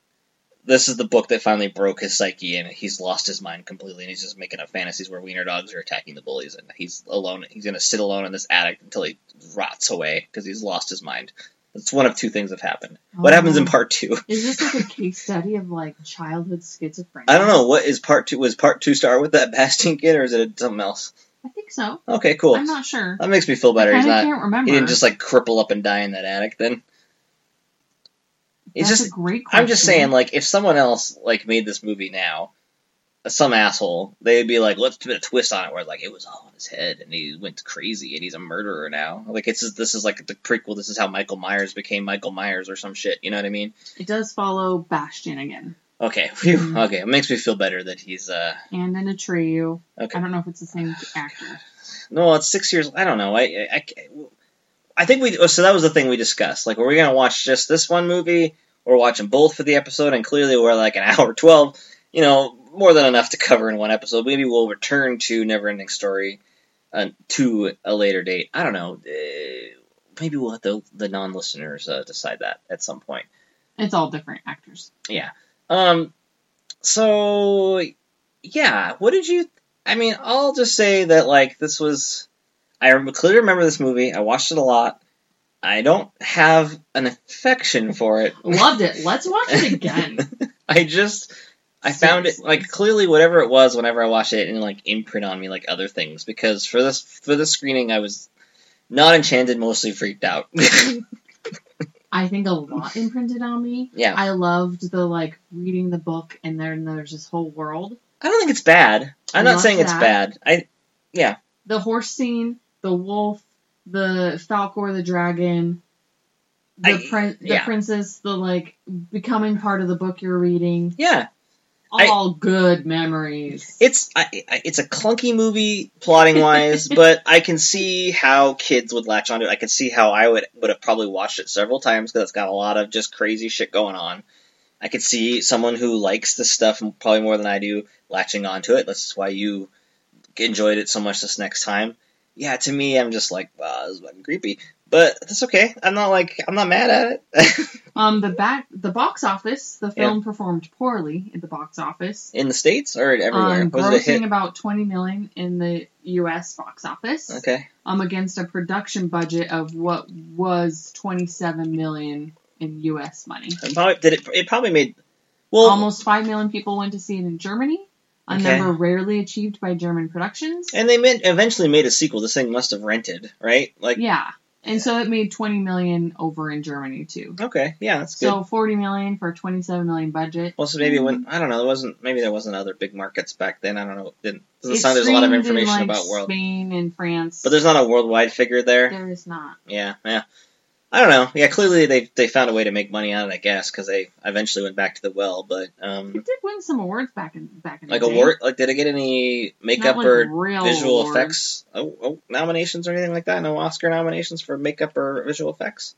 S2: this is the book that finally broke his psyche and he's lost his mind completely and he's just making up fantasies where wiener dogs are attacking the bullies and he's alone. He's gonna sit alone in this attic until he rots away because he's lost his mind. That's one of two things have happened. What
S1: Oh.
S2: happens in part two?
S1: Is this like a case study of like childhood schizophrenia?
S2: I don't know. What is part two? Was part two start with that Bastion kid or is it something else?
S1: I think so.
S2: Okay, cool.
S1: I'm not sure.
S2: uh, That makes me feel
S1: I
S2: better. He's
S1: kinda
S2: not.
S1: can't remember.
S2: He didn't just like cripple up and die in that attic. Then it's
S1: That's
S2: just.
S1: a great. Question.
S2: I'm just saying, like, if someone else like made this movie now, uh, some asshole, they'd be like, let's put a twist on it where like it was all in his head and he went crazy and he's a murderer now. Like it's just, this is like the prequel. This is how Michael Myers became Michael Myers or some shit. You know what I mean?
S1: it does follow Bastion again,
S2: Okay, phew,
S1: Mhm.
S2: okay, it makes me feel better that he's uh
S1: and an Atreyu. I
S2: okay.
S1: don't know if it's the same actor.
S2: No, it's six years. I don't know. I, I, I ca- I think we. oh, So that was the thing we discussed. Like, were we gonna watch just this one movie, or watching both for the episode? And clearly, we're like an hour twelve. You know, more than enough to cover in one episode. Maybe we'll return to Neverending Story uh, to a later date. I don't know. Uh, maybe we'll let the the non listeners uh, decide that at some point.
S1: It's all different actors.
S2: Um. So yeah, what did you? I mean, I'll just say that like this was. I rem- clearly remember this movie. I watched it a lot. I don't have an affection for it.
S1: Loved it. Let's watch it again.
S2: I just I found it
S1: Seriously.
S2: like clearly whatever it was whenever I watched it and like imprint on me like other things because for this for this screening I was not enchanted, mostly freaked out.
S1: I think a lot imprinted on me.
S2: yeah,
S1: I loved the like reading the book, and then there's this whole world.
S2: I don't think it's bad. I'm not
S1: Not
S2: saying it's
S1: that.
S2: bad. I
S1: The horse scene, the wolf, the Falcor, the dragon, the
S2: I-
S1: prin- the
S2: yeah.
S1: princess, the like becoming part of the book you're reading.
S2: yeah, I-
S1: All good memories.
S2: It's I, I- it's a clunky movie plotting wise, but I can see how kids would latch onto it. I can see how I would would have probably watched it several times because it's got a lot of just crazy shit going on. I could see someone who likes this stuff probably more than I do latching onto it. That's why you enjoyed it so much this next time. Yeah, to me, I'm just like, wow, this is fucking creepy. But that's okay. I'm not like I'm not mad at it.
S1: um, the back the box office. The film performed poorly at the box office.
S2: In the states or everywhere?
S1: Um,
S2: Was it a
S1: grossing
S2: hit?
S1: about twenty million in the U.S. box office.
S2: Okay.
S1: um, against a production budget of what was 27 million in U.S. money.
S2: And probably did it. It probably made. Well,
S1: Almost 5 million people went to see it in Germany, a
S2: Okay.
S1: number rarely achieved by German productions.
S2: and they meant, eventually made a sequel. This thing must have rented, right? Like,
S1: yeah. And so it made 20 million over in Germany too.
S2: okay, yeah, that's good.
S1: So mm. 40 million for a 27 million budget.
S2: Also, maybe when I don't know, there wasn't maybe there wasn't other big markets back then. I don't know. It doesn't
S1: It
S2: sound there's a lot of
S1: streamed in,
S2: information
S1: like,
S2: about world,
S1: Spain and France.
S2: but there's not a worldwide figure there.
S1: there is not.
S2: Yeah, yeah. I don't know. Yeah, clearly they they found a way to make money on it, I guess, because they eventually went back to the well. But
S1: It
S2: um,
S1: did win some awards back in back in
S2: like
S1: the day.
S2: award, like did it get any
S1: Not
S2: makeup
S1: like
S2: or
S1: real
S2: visual
S1: awards.
S2: effects oh, oh, nominations or anything like that? No Oscar nominations for makeup or visual effects.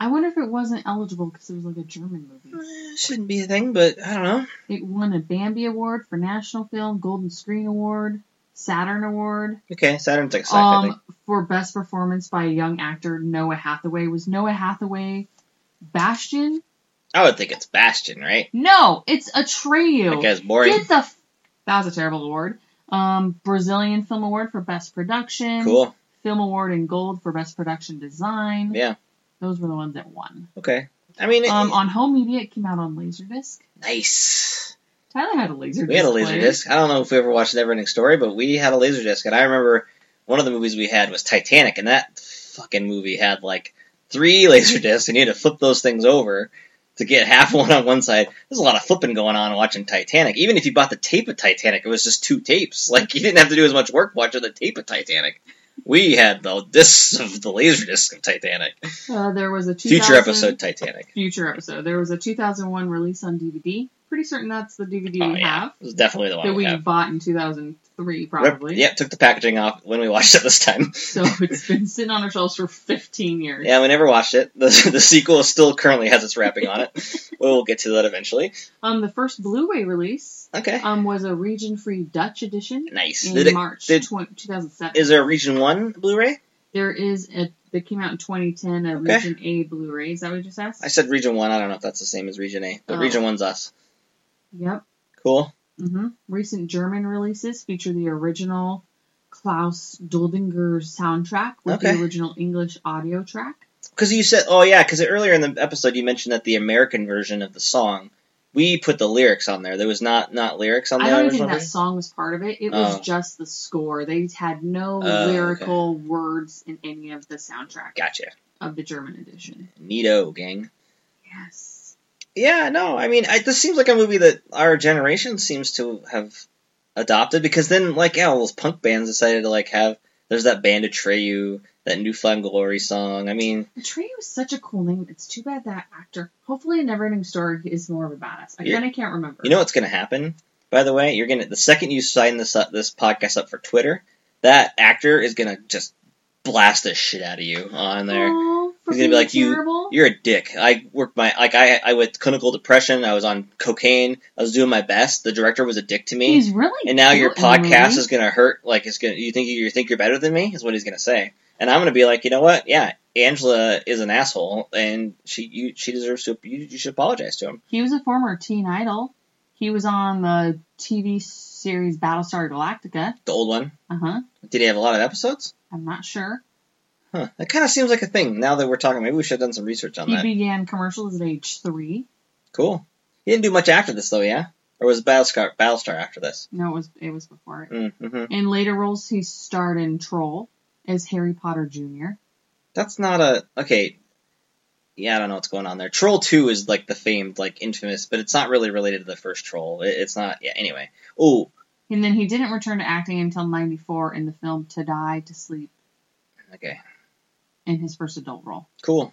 S1: I wonder if it wasn't eligible because it was like a German movie.
S2: Eh, shouldn't be a thing, but I don't know.
S1: It won a Bambi Award for National Film, Golden Screen Award, Saturn Award.
S2: Okay, Saturn's like a sci-fi thing.
S1: Um, for best performance by a young actor, Noah Hathaway was Noah Hathaway. Bastion?
S2: I would think it's Bastion, right?
S1: No, it's Atreyu.
S2: That guy's boring.
S1: Get the. F- that was a terrible award. Um, Brazilian Film Award for Best Production.
S2: Cool.
S1: Film Award in Gold for Best Production Design.
S2: Yeah.
S1: Those were the ones that won.
S2: Okay. I mean, it-
S1: Um, on home media, it came out on Laserdisc.
S2: nice.
S1: Tyler had a Laserdisc.
S2: We had a laser
S1: player.
S2: disc. I don't know if we ever watched Neverending Story, but we had a laser disc, and I remember one of the movies we had was Titanic, and that fucking movie had like three laser discs, and you had to flip those things over to get half one on one side. There's a lot of flipping going on watching Titanic. Even if you bought the tape of Titanic, it was just two tapes. Like you didn't have to do as much work watching the tape of Titanic. We had the discs of the laser disc of Titanic.
S1: Uh, there was a 2000,
S2: Future episode Titanic.
S1: Future episode. There was a 2001 release on DVD. Pretty certain that's the DVD
S2: Oh
S1: we
S2: yeah, Oh,
S1: have
S2: it was definitely the one
S1: that we
S2: we have.
S1: bought in 2003, probably.
S2: Yep, took the packaging off when we watched it this time.
S1: So it's been sitting on our shelves for 15 years.
S2: Yeah, we never watched it. The, the sequel still currently has its wrapping on it. we'll get to that eventually.
S1: Um, the first Blu-ray release
S2: Okay.
S1: um was a region-free Dutch edition
S2: Nice.
S1: in
S2: Did it,
S1: March
S2: did-
S1: 20- 2007.
S2: is there a Region 1 Blu ray?
S1: there is a that came out in 2010 a
S2: Okay.
S1: region A Blu-ray. Is that what you just asked?
S2: I said Region 1. I don't know if that's the same as Region A, but
S1: Oh.
S2: Region 1's us.
S1: Yep.
S2: Cool.
S1: hmm Recent German releases feature the original Klaus Doldinger soundtrack with
S2: Okay.
S1: the original English audio track.
S2: Because you said, oh yeah, because earlier in the episode you mentioned that the American version of the song, we put the lyrics on there. There was not not lyrics on the
S1: I don't even
S2: original
S1: think that
S2: version?
S1: song was part of it. It was
S2: Oh.
S1: just the score. They had no
S2: Oh, okay.
S1: lyrical words in any of the soundtrack
S2: Gotcha.
S1: of the German edition.
S2: Neato, gang.
S1: Yes.
S2: Yeah, no, I mean, I, this seems like a movie that our generation seems to have adopted because then, like, yeah, all those punk bands decided to like have. There's that band Atreyu, that Newfound Glory song. I mean,
S1: Trey was such a cool name. It's too bad that actor. Hopefully, a Neverending Story is more of a badass. I
S2: You're-
S1: kind of can't remember.
S2: you know what's gonna happen? By the way, you're gonna the second you sign this up, this podcast up for Twitter, that actor is gonna just blast the shit out of you on there.
S1: Aw, for
S2: He's gonna be
S1: being
S2: like, you-
S1: terrible.
S2: You're a dick. I worked my like I I went clinical depression. I was on cocaine. I was doing my best. The director was a dick to me.
S1: He's really.
S2: and now your
S1: cool in the
S2: podcast
S1: movie.
S2: is gonna hurt. Like it's gonna. You think you think you're better than me? Is what he's gonna say. And I'm gonna be like, you know what? Yeah, Angela is an asshole, and she you she deserves to. You, you should apologize to him.
S1: He was a former teen idol. He was on the TV series Battlestar Galactica.
S2: The old one.
S1: Uh huh.
S2: Did he have a lot of episodes?
S1: I'm not sure.
S2: Huh. That kind of seems like a thing. Now that we're talking, maybe we should have done some research on
S1: He
S2: that.
S1: began commercials at age three.
S2: Cool. He didn't do much after this though, yeah. Or was Battlestar Battlestar after this?
S1: No, it was it was before it.
S2: Mm-hmm.
S1: In later roles, he starred in Troll as Harry Potter Jr.
S2: That's not a okay. Yeah, I don't know what's going on there. Troll Two is like the famed, like infamous, but it's not really related to the first Troll. It, it's not. Yeah. Anyway. Oh,
S1: And then he didn't return to acting until '94 in the film To Die to Sleep
S2: Okay,
S1: in his first adult role.
S2: cool.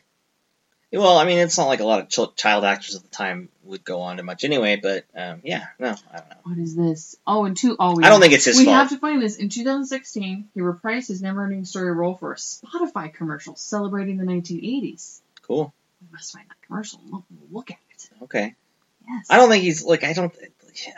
S2: Well, I mean, it's not like a lot of ch- child actors at the time would go on to much anyway, but um, yeah, no, I don't know.
S1: What is this? Oh, and two. Oh, we
S2: I don't think it's his
S1: we
S2: fault.
S1: have to find this. In 2016, he reprised his never-ending story role for a Spotify commercial celebrating the 1980s.
S2: Cool.
S1: We must find that commercial and look, look at it.
S2: Okay.
S1: Yes.
S2: I don't think he's like I don't.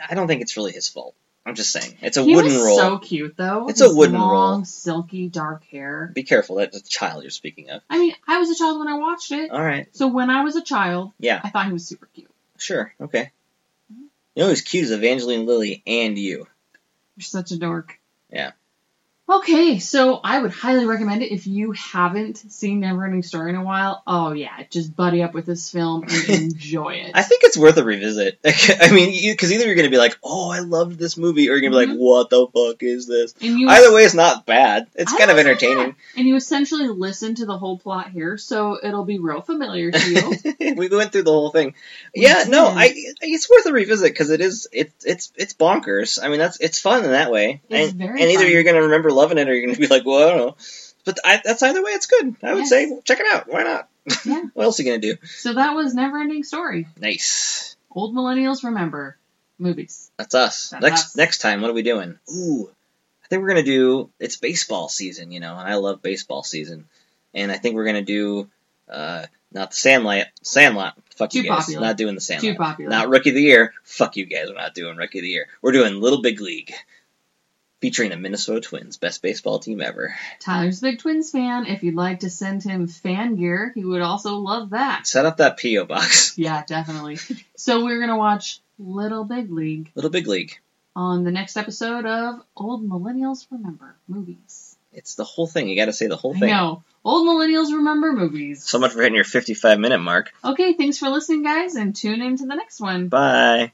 S2: I don't think it's really his fault. I'm just saying it's a
S1: he
S2: wooden
S1: was
S2: roll.
S1: so cute though.
S2: It's a
S1: His
S2: wooden
S1: long,
S2: roll.
S1: silky dark hair.
S2: Be careful. That's a child you're speaking of.
S1: I mean, I was a child when I watched it.
S2: All right.
S1: So when I was a child,
S2: Yeah.
S1: I thought he was super cute.
S2: Sure. Okay. You know who's cute is Evangeline Lilly and you.
S1: You're such a dork.
S2: Yeah.
S1: Okay, so I would highly recommend it if you haven't seen Neverending Story in a while. Oh yeah, just buddy up with this film and enjoy it.
S2: I think it's worth a revisit. I mean, because either you're going to be like, "Oh, I loved this movie," or you're going to be
S1: Mhm.
S2: like, "What the fuck is this?"
S1: and you
S2: Either way, it's not bad. It's
S1: I
S2: kind of
S1: don't know
S2: entertaining.
S1: and you essentially listen to the whole plot here, so it'll be real familiar to you.
S2: we went through the whole thing.
S1: We
S2: yeah, no,
S1: did.
S2: I it's worth a revisit because it is it, it's it's bonkers. I mean, that's it's fun in that way.
S1: It's
S2: and
S1: very
S2: and either
S1: fun.
S2: you're going to remember loving it or you're going to be like, "Well, I don't know." But I, that's either way, it's good. I would
S1: Yes.
S2: say check it out. Why not?
S1: Yeah.
S2: what else are you going to do?
S1: so that was Neverending Story.
S2: Nice.
S1: Old millennials remember movies.
S2: That's us.
S1: That's
S2: next
S1: us.
S2: next time, what are we doing? Ooh, I think we're gonna do. It's baseball season, you know, and I love baseball season, and I think we're gonna do. Uh, not the Sandlot. Sandlot. Fuck you
S1: Too
S2: guys.
S1: popular.
S2: Not doing the Sandlot.
S1: Too popular.
S2: Not Rookie of the Year. Fuck you guys. We're not doing Rookie of the Year. We're doing Little Big League, featuring the Minnesota Twins, best baseball team ever.
S1: Tyler's a big Twins fan. If you'd like to send him fan gear, he would also love that.
S2: Set up that PO box.
S1: Yeah, definitely. so we're gonna watch Little Big League
S2: Little Big League.
S1: on the next episode of Old Millennials Remember Movies.
S2: It's the whole thing. You got to say the whole
S1: I
S2: thing.
S1: know. Old Millennials Remember Movies.
S2: So much for hitting your 55 minute mark.
S1: Okay, thanks for listening, guys, and tune in to the next one.
S2: Bye.